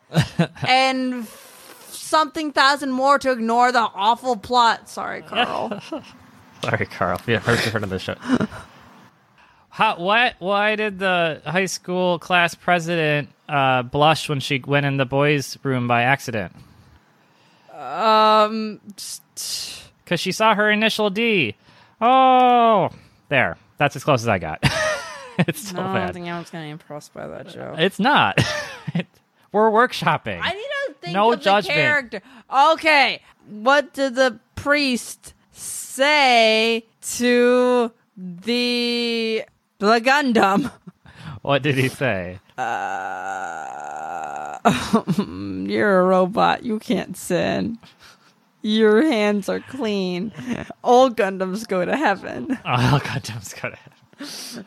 and f- something thousand more to ignore the awful plot. Sorry, Carl. Sorry, Carl. Yeah, first heard of the show. How, what? Why did the high school class president uh, blush when she went in the boys' room by accident? um, st- Because she saw her initial D. Oh, there. That's as close as I got. it's so no, I don't bad. think I was gonna impressed by that show. It's not. We're workshopping. I need to think No of judgment. the character. Okay, what did the priest say to the the Gundam? what did he say? Uh, you're a robot. You can't sin. Your hands are clean. All Gundams go to heaven. Oh, Gundam's gonna.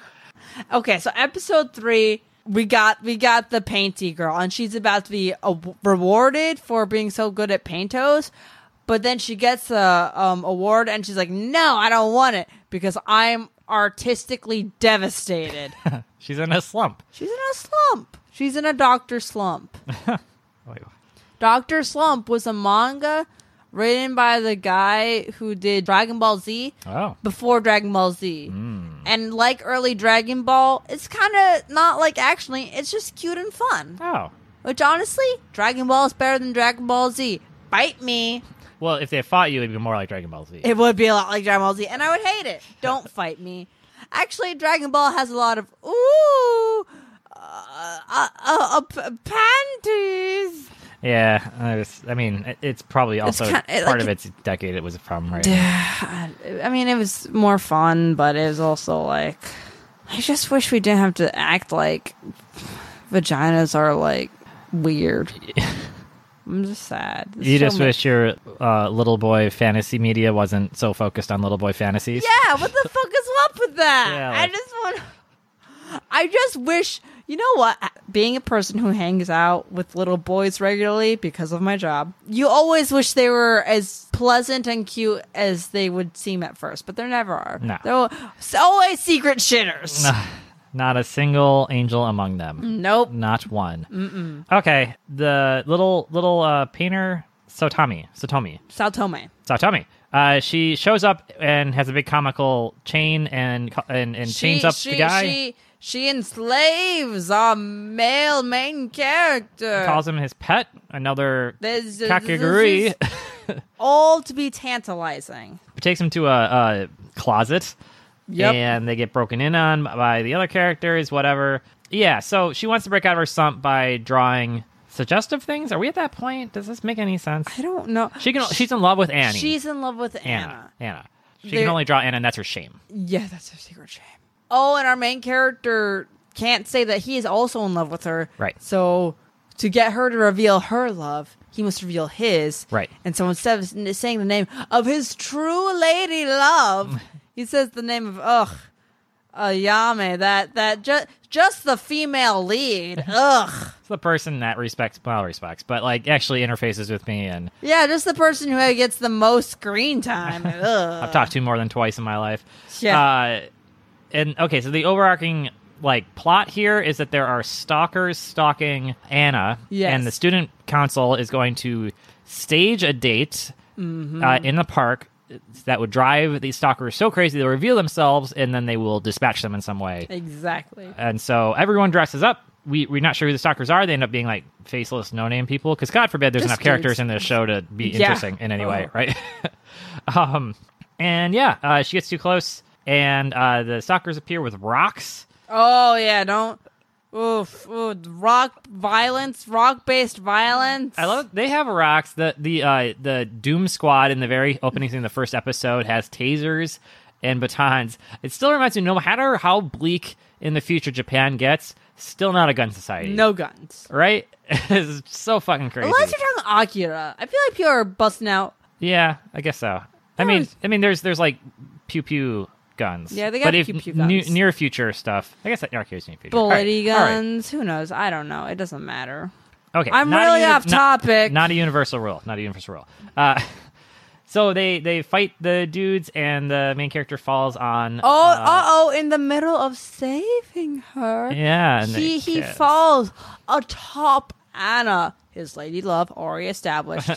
Okay, so episode three, we got we got the painty girl, and she's about to be a- rewarded for being so good at paintos. But then she gets a um, award, and she's like, "No, I don't want it because I'm artistically devastated." She's in a slump. she's in a slump. She's in a doctor slump. Wait, Doctor Slump was a manga written by the guy who did Dragon Ball Z oh, before Dragon Ball Z. And like early Dragon Ball, it's kind of not like actually, it's just cute and fun. oh. Which honestly, Dragon Ball is better than Dragon Ball Z. Bite me. Well, if they fought you, it'd be more like Dragon Ball Z. It would be a lot like Dragon Ball Z, and I would hate it. Don't fight me. Actually, Dragon Ball has a lot of ooh, uh, uh, uh, uh, p- panties. Yeah, I, was- I mean, it- it's probably also kinda- it- part like of it- its decade. It was a problem, right? I mean, it was more fun, but it was also like I just wish we didn't have to act like vaginas are like weird. I'm just sad. There's You so just many- wish your uh, little boy fantasy media wasn't so focused on little boy fantasies. Yeah, what the fuck is up with that? Yeah, I like- just want. I just wish. You know what? Being a person who hangs out with little boys regularly because of my job, you always wish they were as pleasant and cute as they would seem at first, but they never are. No. They're al- always secret shitters. Not a single angel among them. Nope. Not one. Mm-mm. Okay, the little little uh, painter Sotami, Sotomi, Sao Tome. Sotami. Uh, she shows up and has a big comical chain and co- and, and chains up the guy. She, she enslaves our male main character. Calls him his pet, another uh, This- this- kakiguri. this is all to be tantalizing. takes him to a, a closet Yep. and they get broken in on by the other characters, whatever. Yeah, so she wants to break out of her slump by drawing suggestive things. Are we at that point? Does this make any sense? I don't know. She can. She's in love with Annie. She's in love with Anna. Anna. Anna. She They're- can only draw Anna, and that's her shame. Yeah, that's her secret shame. Oh, and our main character can't say that he is also in love with her. Right. So to get her to reveal her love, he must reveal his. Right. And so instead of s- saying the name of his true lady love, he says the name of ugh, Ayame. That that just just the female lead. Ugh. It's the person that respects, well, respects, but like actually interfaces with me, and Yeah, just the person who gets the most screen time. I've Ugh. talked to more than twice in my life. Yeah. Uh, and okay, so the overarching like plot here is that there are stalkers stalking Anna, Yes. and the student council is going to stage a date Mm-hmm. uh, in the park that would drive these stalkers so crazy they'll reveal themselves, and then they will dispatch them in some way. Exactly. And so everyone dresses up. We, we're not sure who the stalkers are. They end up being like faceless, no name people. Because God forbid there's Just enough characters dudes. in this show to be Yeah. interesting in any way, Oh. right? um, and yeah, uh, she gets too close, and uh, the stalkers appear with rocks. Oh yeah, don't. Oof, ooh, rock violence, rock based violence. I love they have rocks. The the uh, the Doom Squad in the very opening scene of the first episode has tasers and batons. It still reminds me, no matter how bleak in the future Japan gets, still not a gun society. no guns. Right? it's so fucking crazy. Unless you're talking Akira, I feel like people are busting out. Yeah, I guess so. I That mean, was- I mean, there's there's like pew pew guns. Yeah, they got but if pew pew ne- guns. near future stuff. I guess that Arceus near future. All right, Bulletty all right. guns, who knows? I don't know. It doesn't matter. Okay, I'm not a really uni- off not- topic. Not a universal rule. Not a universal rule. Uh, so they they fight the dudes, and the main character falls on. Oh, uh, uh oh! In the middle of saving her, yeah, and he they he kiss. falls atop Anna, his lady love already established,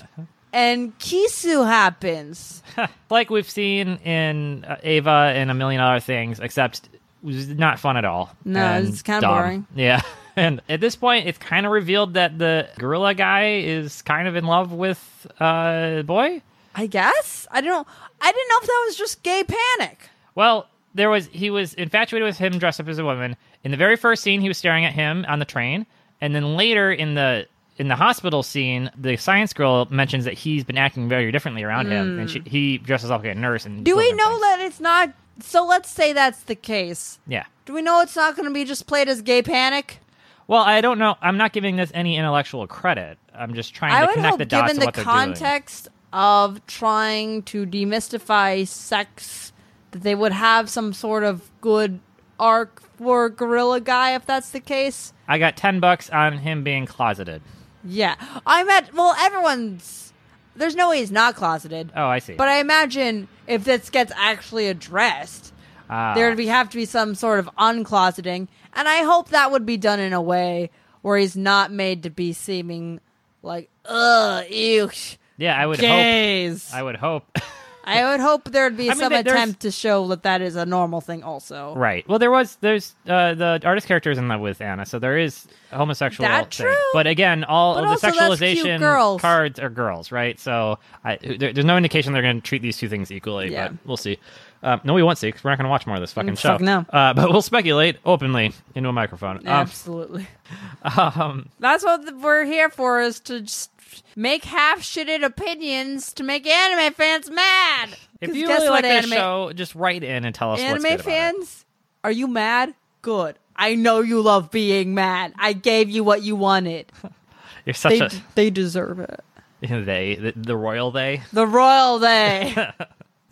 and Kisu happens. like we've seen in uh, Ava and a million other things, except it was not fun at all. No, And it's kinda dumb. boring. Yeah. And at this point, it's kind of revealed that the gorilla guy is kind of in love with uh, boy. I guess I don't. I didn't know if that was just gay panic. Well, there was he was infatuated with him dressed up as a woman. In the very first scene, he was staring at him on the train, and then later in the in the hospital scene, the science girl mentions that he's been acting very differently around him, and she, he dresses up like a nurse. And Hmm. Do we delivers know things. that it's not? So let's say that's the case. Yeah. Do we know it's not going to be just played as gay panic? Well, I don't know. I'm not giving this any intellectual credit. I'm just trying I to would connect hope, the dots given of the what they're context of trying to demystify sex, that they would have some sort of good arc for Gorilla Guy if that's the case. doing. I got ten bucks on him being closeted. Yeah, I met. Well, everyone's. There's no way he's not closeted. Oh, I see. But I imagine if this gets actually addressed, Ah. there would be have to be some sort of uncloseting, and I hope that would be done in a way where he's not made to be seeming like ugh, ew, yeah, I would hope. gays. I I would hope. would hope there'd be I mean, some there- there's- attempt to show that that is a normal thing, also. right. Well, there was there's uh, the artist character is in love with Anna, so there is homosexual. That thing. true? But again, all But of the also that's cute sexualization girls. cards are girls, right? So I, there, there's no indication they're going to treat these two things equally. Yeah. But we'll see. Uh, no, we won't see because we're not going to watch more of this fucking Mm, show. fuck no. Uh, but we'll speculate openly into a microphone. Um, Absolutely. That's what the, we're here for is to just make half shitted opinions to make anime fans mad. If 'Cause you guess really what like this anime show, just write in and tell us what's anime good about it. fans, are you mad? Good. I know you love being mad. I gave you what you wanted. You're such They a they deserve it. they the, the royal they. The royal they.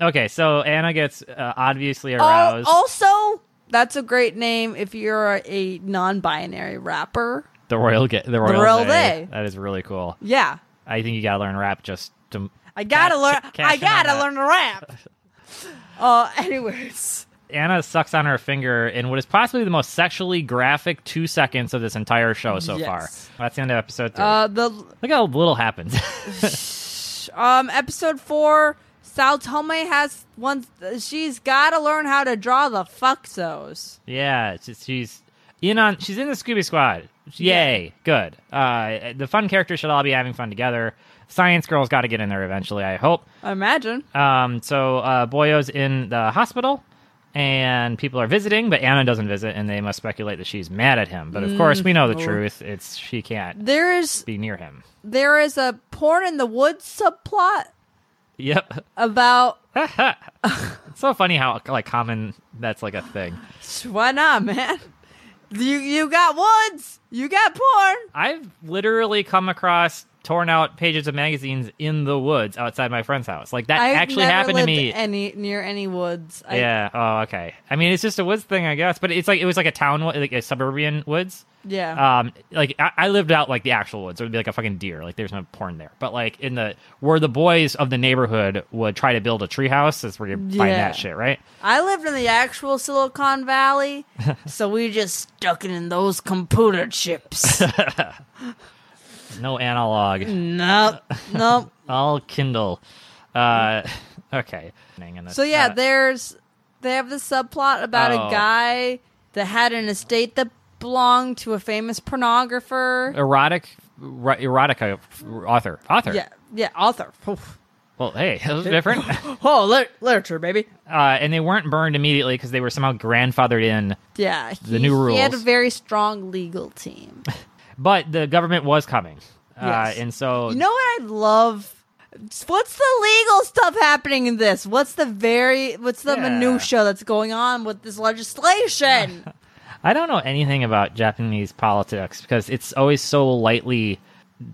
Okay, so Anna gets uh, obviously Al- aroused. also, that's a great name if you're a non-binary rapper. the royal get the royal, royal they. they. That is really cool. Yeah, I think you gotta learn rap just to. I gotta Ca- learn. ca- cash I in gotta on that. learn to rap. Uh, anyways, Anna sucks on her finger in what is possibly the most sexually graphic two seconds of this entire show so Yes. far. That's the end of episode three. uh, the Look how little happens. um episode four, Sal Tome has one. She's gotta learn how to draw the fucksos. Yeah, it's just- she's in on. She's in the Scooby Squad. Yay, good. Uh, the fun characters should all be having fun together. Science Girl's got to get in there eventually. I hope. I imagine. Um, so uh, Boyo's in the hospital, and people are visiting, but Anna doesn't visit, and they must speculate that she's mad at him. But of course, we know the truth. It's she can't There is be near him. there is a porn in the woods subplot Yep. about It's so funny how like common that's like a thing. why not, man? You you got woods, you got porn. I've literally come across torn out pages of magazines in the woods outside my friend's house. Like that I've actually never happened to lived me. Any near any woods? I- yeah. Oh, okay. I mean, it's just a woods thing, I guess. But it's like it was like a town, wo- like a suburban woods. yeah. Um, like I, I lived out like the actual woods. It would be like a fucking deer. Like there's no porn there. But like in the where the boys of the neighborhood would try to build a treehouse. That's where you find Yeah. that shit, right? I lived in the actual Silicon Valley, so we just stuck it in those computer chips. No analog, Mm. nope, nope. all Kindle. Uh, okay. And So yeah, uh, there's they have this subplot about Oh. a guy that had an estate that belonged to a famous pornographer. erotic ro- erotica f- author author Yeah, yeah, author. Oof. well hey that was different Oh, lit- literature, baby. uh, and they weren't burned immediately because they were somehow grandfathered in Yeah, he, new He had a rules. very strong legal team. but the government was coming uh, Yes. and so You know what I love? What's the legal stuff happening in this? What's the very what's the Yeah. minutia that's going on with this legislation? i don't know anything about japanese politics because it's always so lightly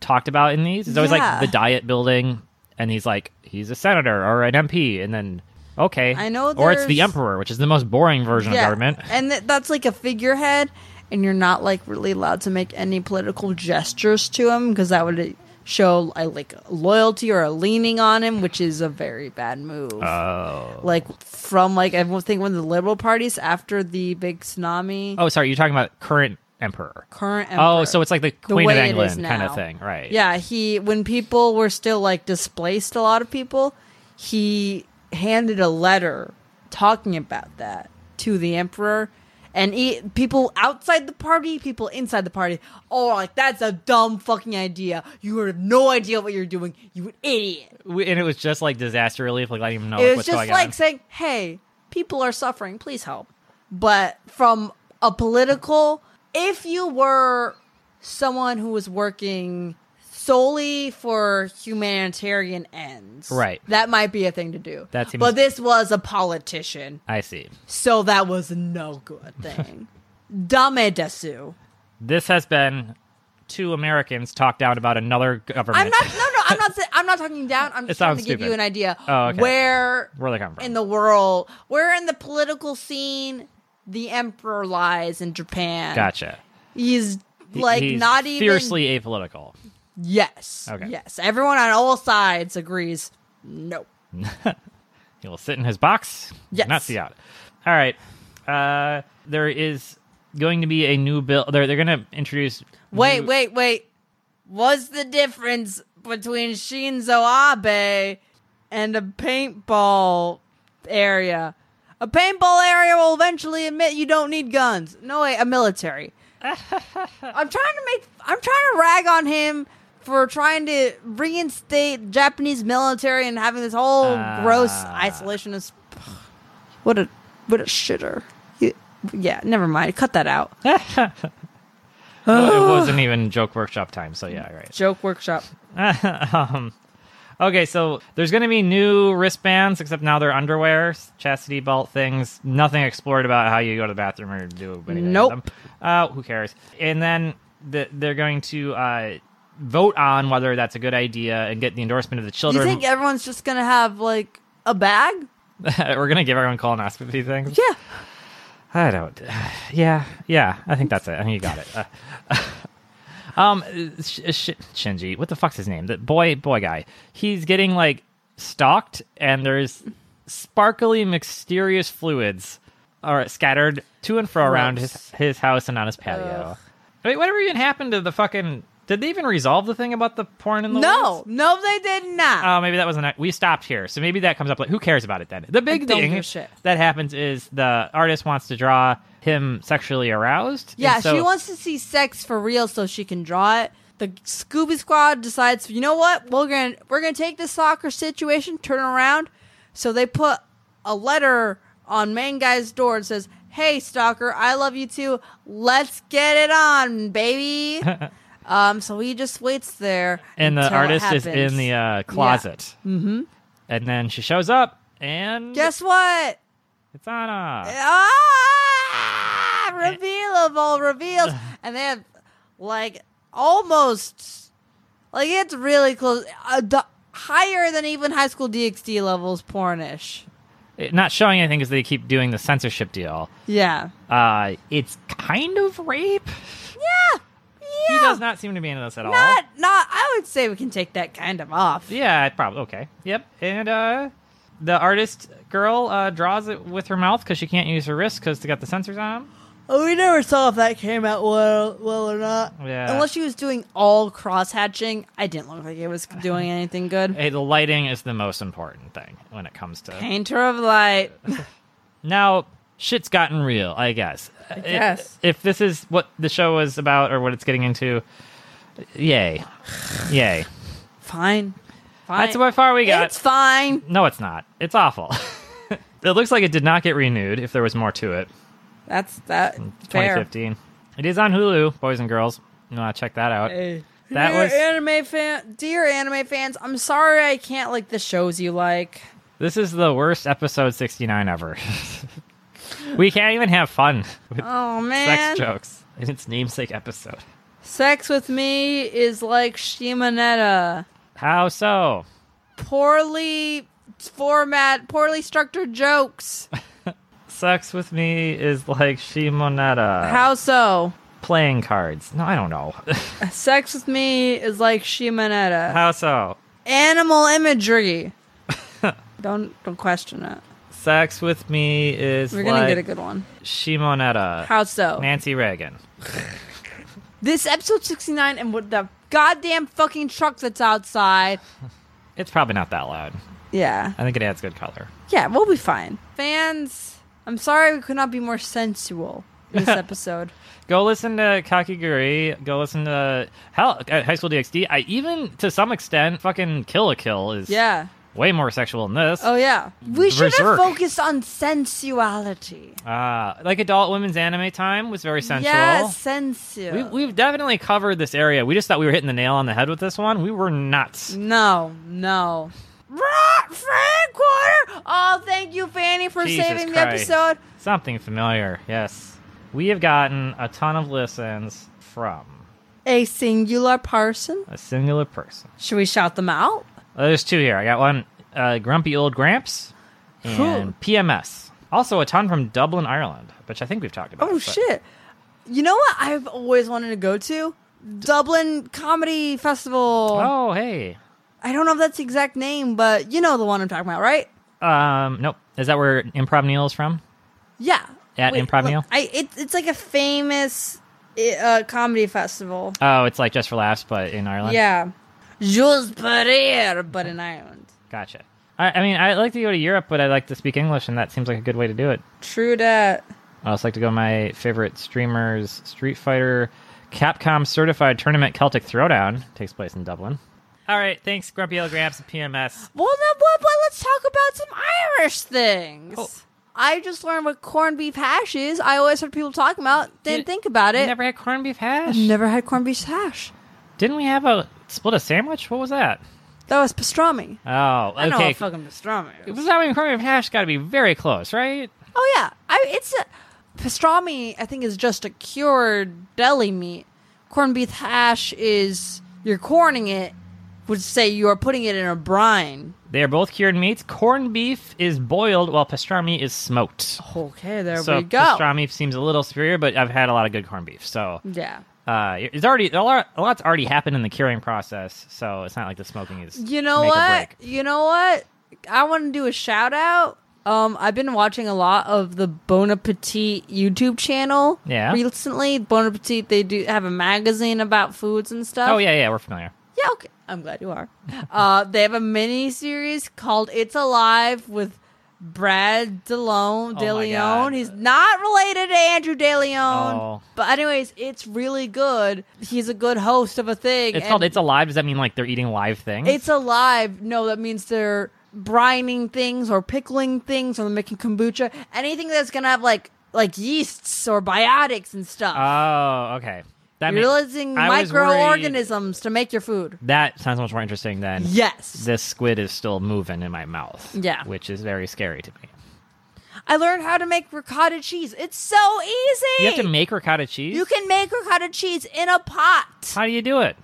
talked about in these it's always Yeah. like the diet building and he's like he's a senator or an mp and then okay I know or it's the there's- emperor which is the most boring version of government and th- that's like a figurehead, and you're not like really allowed to make any political gestures to him because that would show I like loyalty or a leaning on him, which is a very bad move. oh like from like I think one of the liberal parties after the big tsunami, oh sorry you're talking about current emperor current. Oh, emperor. so it's like the Queen way of it England is kind of now. thing, right? Yeah, he when people were still like displaced, a lot of people, he handed a letter talking about that to the emperor, and he, people outside the party, people inside the party, oh, like that's a dumb fucking idea. You have no idea what you're doing. You an idiot. We- and it was just like disaster relief, like letting them know it was what's just going like on. saying, hey, people are suffering. Please help. But from a political, if you were someone who was working solely for humanitarian ends, Right. that might be a thing to do. That seems- but this was a politician, I see. so that was no good thing. Dame desu. This has been two Americans talk down about another government. I'm not. No, no. I'm not. Say, I'm not talking down. I'm just trying sounds to give stupid. you an idea Oh, okay. where Where they come from. in the world, where in the political scene, the emperor lies in Japan. gotcha. He's He- like he's not even fiercely apolitical. Yes. Okay. Yes. Everyone on all sides agrees. No. He will sit in his box, Yes. not see out. All right. Uh, there is going to be a new bill. They're they're going to introduce. Wait. new- Wait. Wait. What's the difference between Shinzo Abe and a paintball area? A paintball area will eventually admit you don't need guns. No way, a military. I'm trying to make. I'm trying to rag on him for trying to reinstate Japanese military and having this whole gross Ah. isolationist. What a what a shitter. He- Yeah, never mind. Cut that out. Well, it wasn't even joke workshop time. So yeah, all right. Joke workshop. um, okay, so there's going to be new wristbands, except now they're underwear, chastity belt things. Nothing explored about how you go to the bathroom or do anything. Nope. with them. Uh, who cares? And then the, they're going to uh, vote on whether that's a good idea and get the endorsement of the Do you children. think everyone's just gonna have like a bag? We're going to give everyone colonoscopy things. Yeah. I don't. Yeah, yeah. I think that's it. I think you got it. Uh, um, sh- sh- Shinji, what the fuck's his name? The boy, boy guy. He's getting like stalked, and there's sparkly, mysterious fluids are scattered to and fro around his Gross. his house and on his patio. Ugh. I mean, whatever even happened to the fucking? Did they even resolve the thing about the porn in the No, woods? no, they did not. Oh, maybe that wasn't. We stopped here, so maybe that comes up. Like, who cares about it then? The big I don't thing give a shit. that happens is the artist wants to draw him sexually aroused. yeah, and so- she wants to see sex for real so she can draw it. The Scooby Squad decides, you know what? We're gonna we're gonna take this soccer situation, turn around. So they put a letter on main guy's door and says, "Hey, stalker, I love you too. Let's get it on, baby." um, so he just waits there, and the until it artist is happens. in the uh, closet. Mm-hmm. And then she shows up, and Guess what? it's Anna. Ah! Reveal of all reveals, and they have like almost like it's really close, uh, the, higher than even high school DxD levels pornish. It- not showing anything because they keep doing the censorship deal. Yeah, Uh, it's kind of rape. yeah, He does not seem to be into this at all. not not. I would say we can take that kind of off. Yeah, probably. Okay. Yep. And uh, the artist girl uh, draws it with her mouth because she can't use her wrist because they got the sensors on them. Oh, we never saw if that came out well, well or not. Yeah. Unless she was doing all cross hatching, I didn't look like it was doing anything good. Hey, the lighting is the most important thing when it comes to. Painter of light. Now, shit's gotten real, I guess. I guess. If, this is what the show is about or what it's getting into, yay. Yay. Fine. Fine. That's how far we got. It's fine. no, it's not. It's awful. it looks like it did not get renewed if there was more to it. That's that. Fair. 2015. It is on Hulu, boys and girls. You want to check that out. That dear was- anime fan. Dear anime fans, I'm sorry I can't like the shows you like. This is the worst episode 69 ever. we can't even have fun with Oh man, sex jokes in its namesake episode. Sex with me is like Shimonetta. How so? Poorly format, poorly structured jokes. Sex with me is like Shimonetta. How so? Playing cards. No, I don't know. Sex with me is like Shimonetta. How so? Animal imagery. don't don't question it. Sex with me is We're like gonna get a good one. Shimonetta. How so? Nancy Reagan. This episode 69 and with the goddamn fucking truck that's outside. It's probably not that loud. Yeah. I think it adds good color. Yeah, we'll be fine. Fans, I'm sorry we could not be more sensual this episode. Go listen to Kakiguri. Go listen to hell uh, High School DxD. I even to some extent, fucking Kill a Kill is Yeah. way more sexual than this. Oh, yeah. We should have Berserk. focused on sensuality. Ah, like adult women's anime time was very sensual. Yes, sensual. We, we've definitely covered this area. We just thought we were hitting the nail on the head with this one. We were nuts. No, no. Rot Frank Quarter! Oh, thank you, Fanny, for Jesus saving Christ. the episode. Something familiar, yes. We have gotten a ton of listens from A singular person. a singular person. Should we shout them out? Uh, there's two here. I got one uh, Grumpy Old Gramps and PMS. Also, a ton from Dublin, Ireland, which I think we've talked about. Oh but- shit! You know what I've always wanted to go to? Dublin Comedy Festival. Oh, hey. I don't know if that's the exact name, but you know the one I'm talking about, right? Um, nope. Is that where Improv Neil is from? Yeah. At Improv look, Neil? I it, it's like a famous uh, comedy festival. Oh, it's like Just for Laughs, but in Ireland. yeah. Jules Pereira, but in Ireland. Gotcha. I, I mean, I like to go to Europe, but I like to speak English, and that seems like a good way to do it. True that. I also like to go to my favorite streamers, Street Fighter, Capcom certified tournament Celtic Throwdown takes place in Dublin. All right, thanks, Grumpy Old Gramps and PMS. Well, now, but, but let's talk about some Irish things. Oh. I just learned what corned beef hash is. I always heard people talking about, didn't You- think about You it. never had corned beef hash. Never had corned beef hash. Didn't we have a split a sandwich? What was that? That was pastrami. Oh, I know okay. what fucking pastrami It is. was not even corned beef hash. Got to be very close, right? Oh yeah, I, it's a, pastrami. I think is just a cured deli meat. Corned beef hash is you're corning it. Would say you are putting it in a brine. They are both cured meats. Corned beef is boiled, while pastrami is smoked. Okay, there so we go. pastrami seems a little superior, but I've had a lot of good corned beef, so Yeah, uh, it's already a lot. A lot's already happened in the curing process, so it's not like the smoking is. you know make or what? break. You know what? I want to do a shout out. Um, I've been watching a lot of the Bon Appetit YouTube channel. Yeah. Recently, Bon Appetit they do have a magazine about foods and stuff. Oh yeah, yeah, we're familiar. Yeah, okay. I'm glad you are. Uh, they have a mini series called "It's Alive" with Brad DeLone. Oh my DeLeon. God. He's not related to Andrew DeLeon. Oh. But anyways, it's really good. He's a good host of a thing. It's and called "It's Alive." Does that mean like they're eating live things? It's alive. No, that means they're brining things or pickling things or making kombucha, anything that's gonna have like like yeasts or biotics and stuff. Oh, okay. That You're ma- using I was worried- microorganisms to make your food. That sounds much more interesting than Yes. this squid is still moving in my mouth. Yeah. Which is very scary to me. I learned how to make ricotta cheese. It's so easy. You have to make ricotta cheese? You can make ricotta cheese in a pot. How do you do it?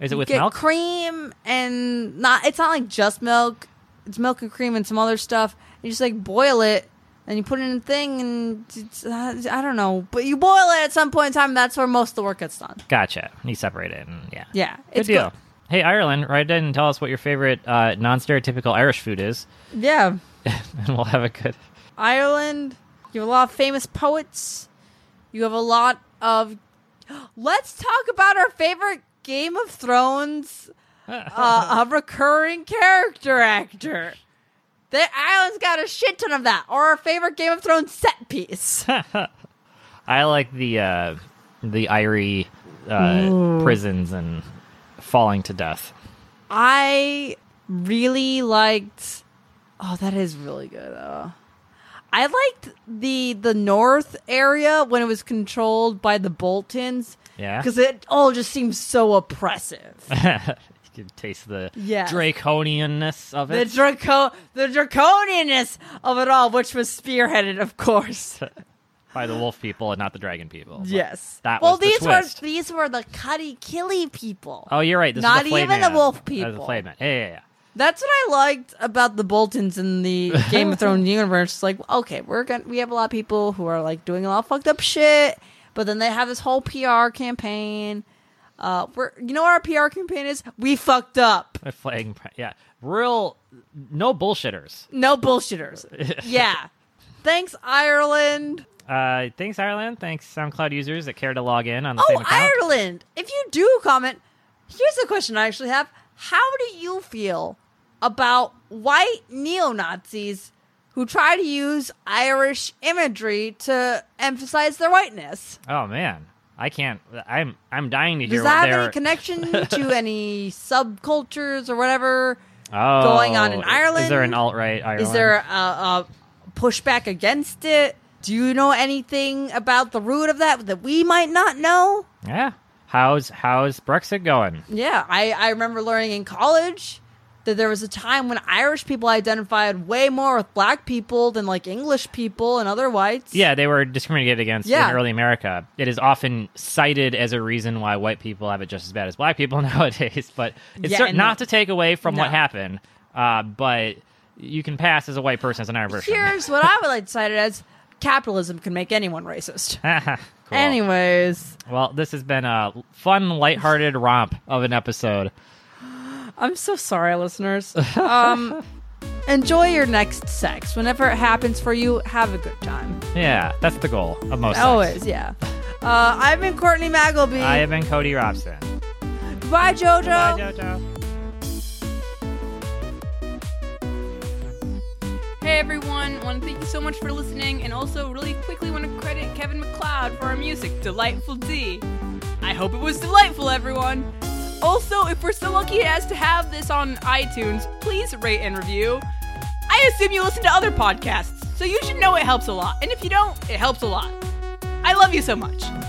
Is it with Get milk? cream and not. It's not like just milk. It's milk and cream and some other stuff. You just like boil it and you put it in a thing and it's, uh, I don't know, but you boil it at some point in time. That's where most of the work gets done. Gotcha. You separate it. And yeah. Yeah, Good it's deal. Hey, Ireland, write in and tell us what your favorite uh, non stereotypical Irish food is, good. Yeah, and we'll have a good. Ireland. You have a lot of famous poets. You have a lot of. Let's talk about our favorite Game of Thrones, uh, a recurring character actor. The island's got a shit ton of that, or our favorite Game of Thrones set piece. I like the uh, the Irie uh, prisons and falling to death. I really liked. Oh, that is really good. Uh, I liked the the North area when it was controlled by the Boltons. Yeah. because it all just seems so oppressive. you can taste the Yes. draconianness of the it. draco the draconianness of it all, which was spearheaded, of course. by the wolf people and not the dragon people. But- yes. that well, was the these twist. were these were the cutty killy people. Oh, you're right. This Not is the even Flayman. the wolf That is people. the Flayman. Yeah, yeah, yeah. That's what I liked about the Boltons in the Game of Thrones universe. It's Like, okay, we're gonna we have a lot of people who are like doing a lot of fucked up shit, but then they have this whole PR campaign. Uh, we're you know what our PR campaign is? We fucked up. The flaying. Yeah. Real. No bullshitters. No bullshitters. yeah. Thanks, Ireland. Uh, thanks, Ireland. Thanks, SoundCloud users that care to log in on the same Oh, account. Ireland. If you do comment, here's a question I actually have. How do you feel about white neo Nazis who try to use Irish imagery to emphasize their whiteness? Oh man, I can't. I'm I'm dying to hear Does what that have they're any connection to any subcultures or whatever? oh, going on in Is there Ireland? an alt right Ireland? Is there a, a pushback against it? Do you know anything about the root of that that we might not know? Yeah. How's how's Brexit going? Yeah, I, I remember learning in college that there was a time when Irish people identified way more with black people than like English people and other whites. Yeah, they were discriminated against Yeah. in early America. It is often cited as a reason why white people have it just as bad as black people nowadays. But it's Yeah, cer- and not the- to take away from what No. happened. Uh, but you can pass as a white person as an Irish. Here's what I would like to cite it as capitalism can make anyone racist. cool. Anyways, Well, this has been a fun, lighthearted romp of an episode. I'm so sorry, listeners. Um, enjoy your next sex. Whenever it happens for you, have a good time. Yeah, that's the goal of most. sex. Always, yeah. Uh, I've been Courtney Magleby. I have been Cody Robson. Goodbye, JoJo. Bye, JoJo. Hey everyone, want to thank you so much for listening and also really quickly want to credit Kevin McLeod for our music, Delightful D. I hope it was delightful, everyone. Also, if we're so lucky as to have this on iTunes, please rate and review. I assume you listen to other podcasts, so you should know it helps a lot. And if you don't, it helps a lot. I love you so much.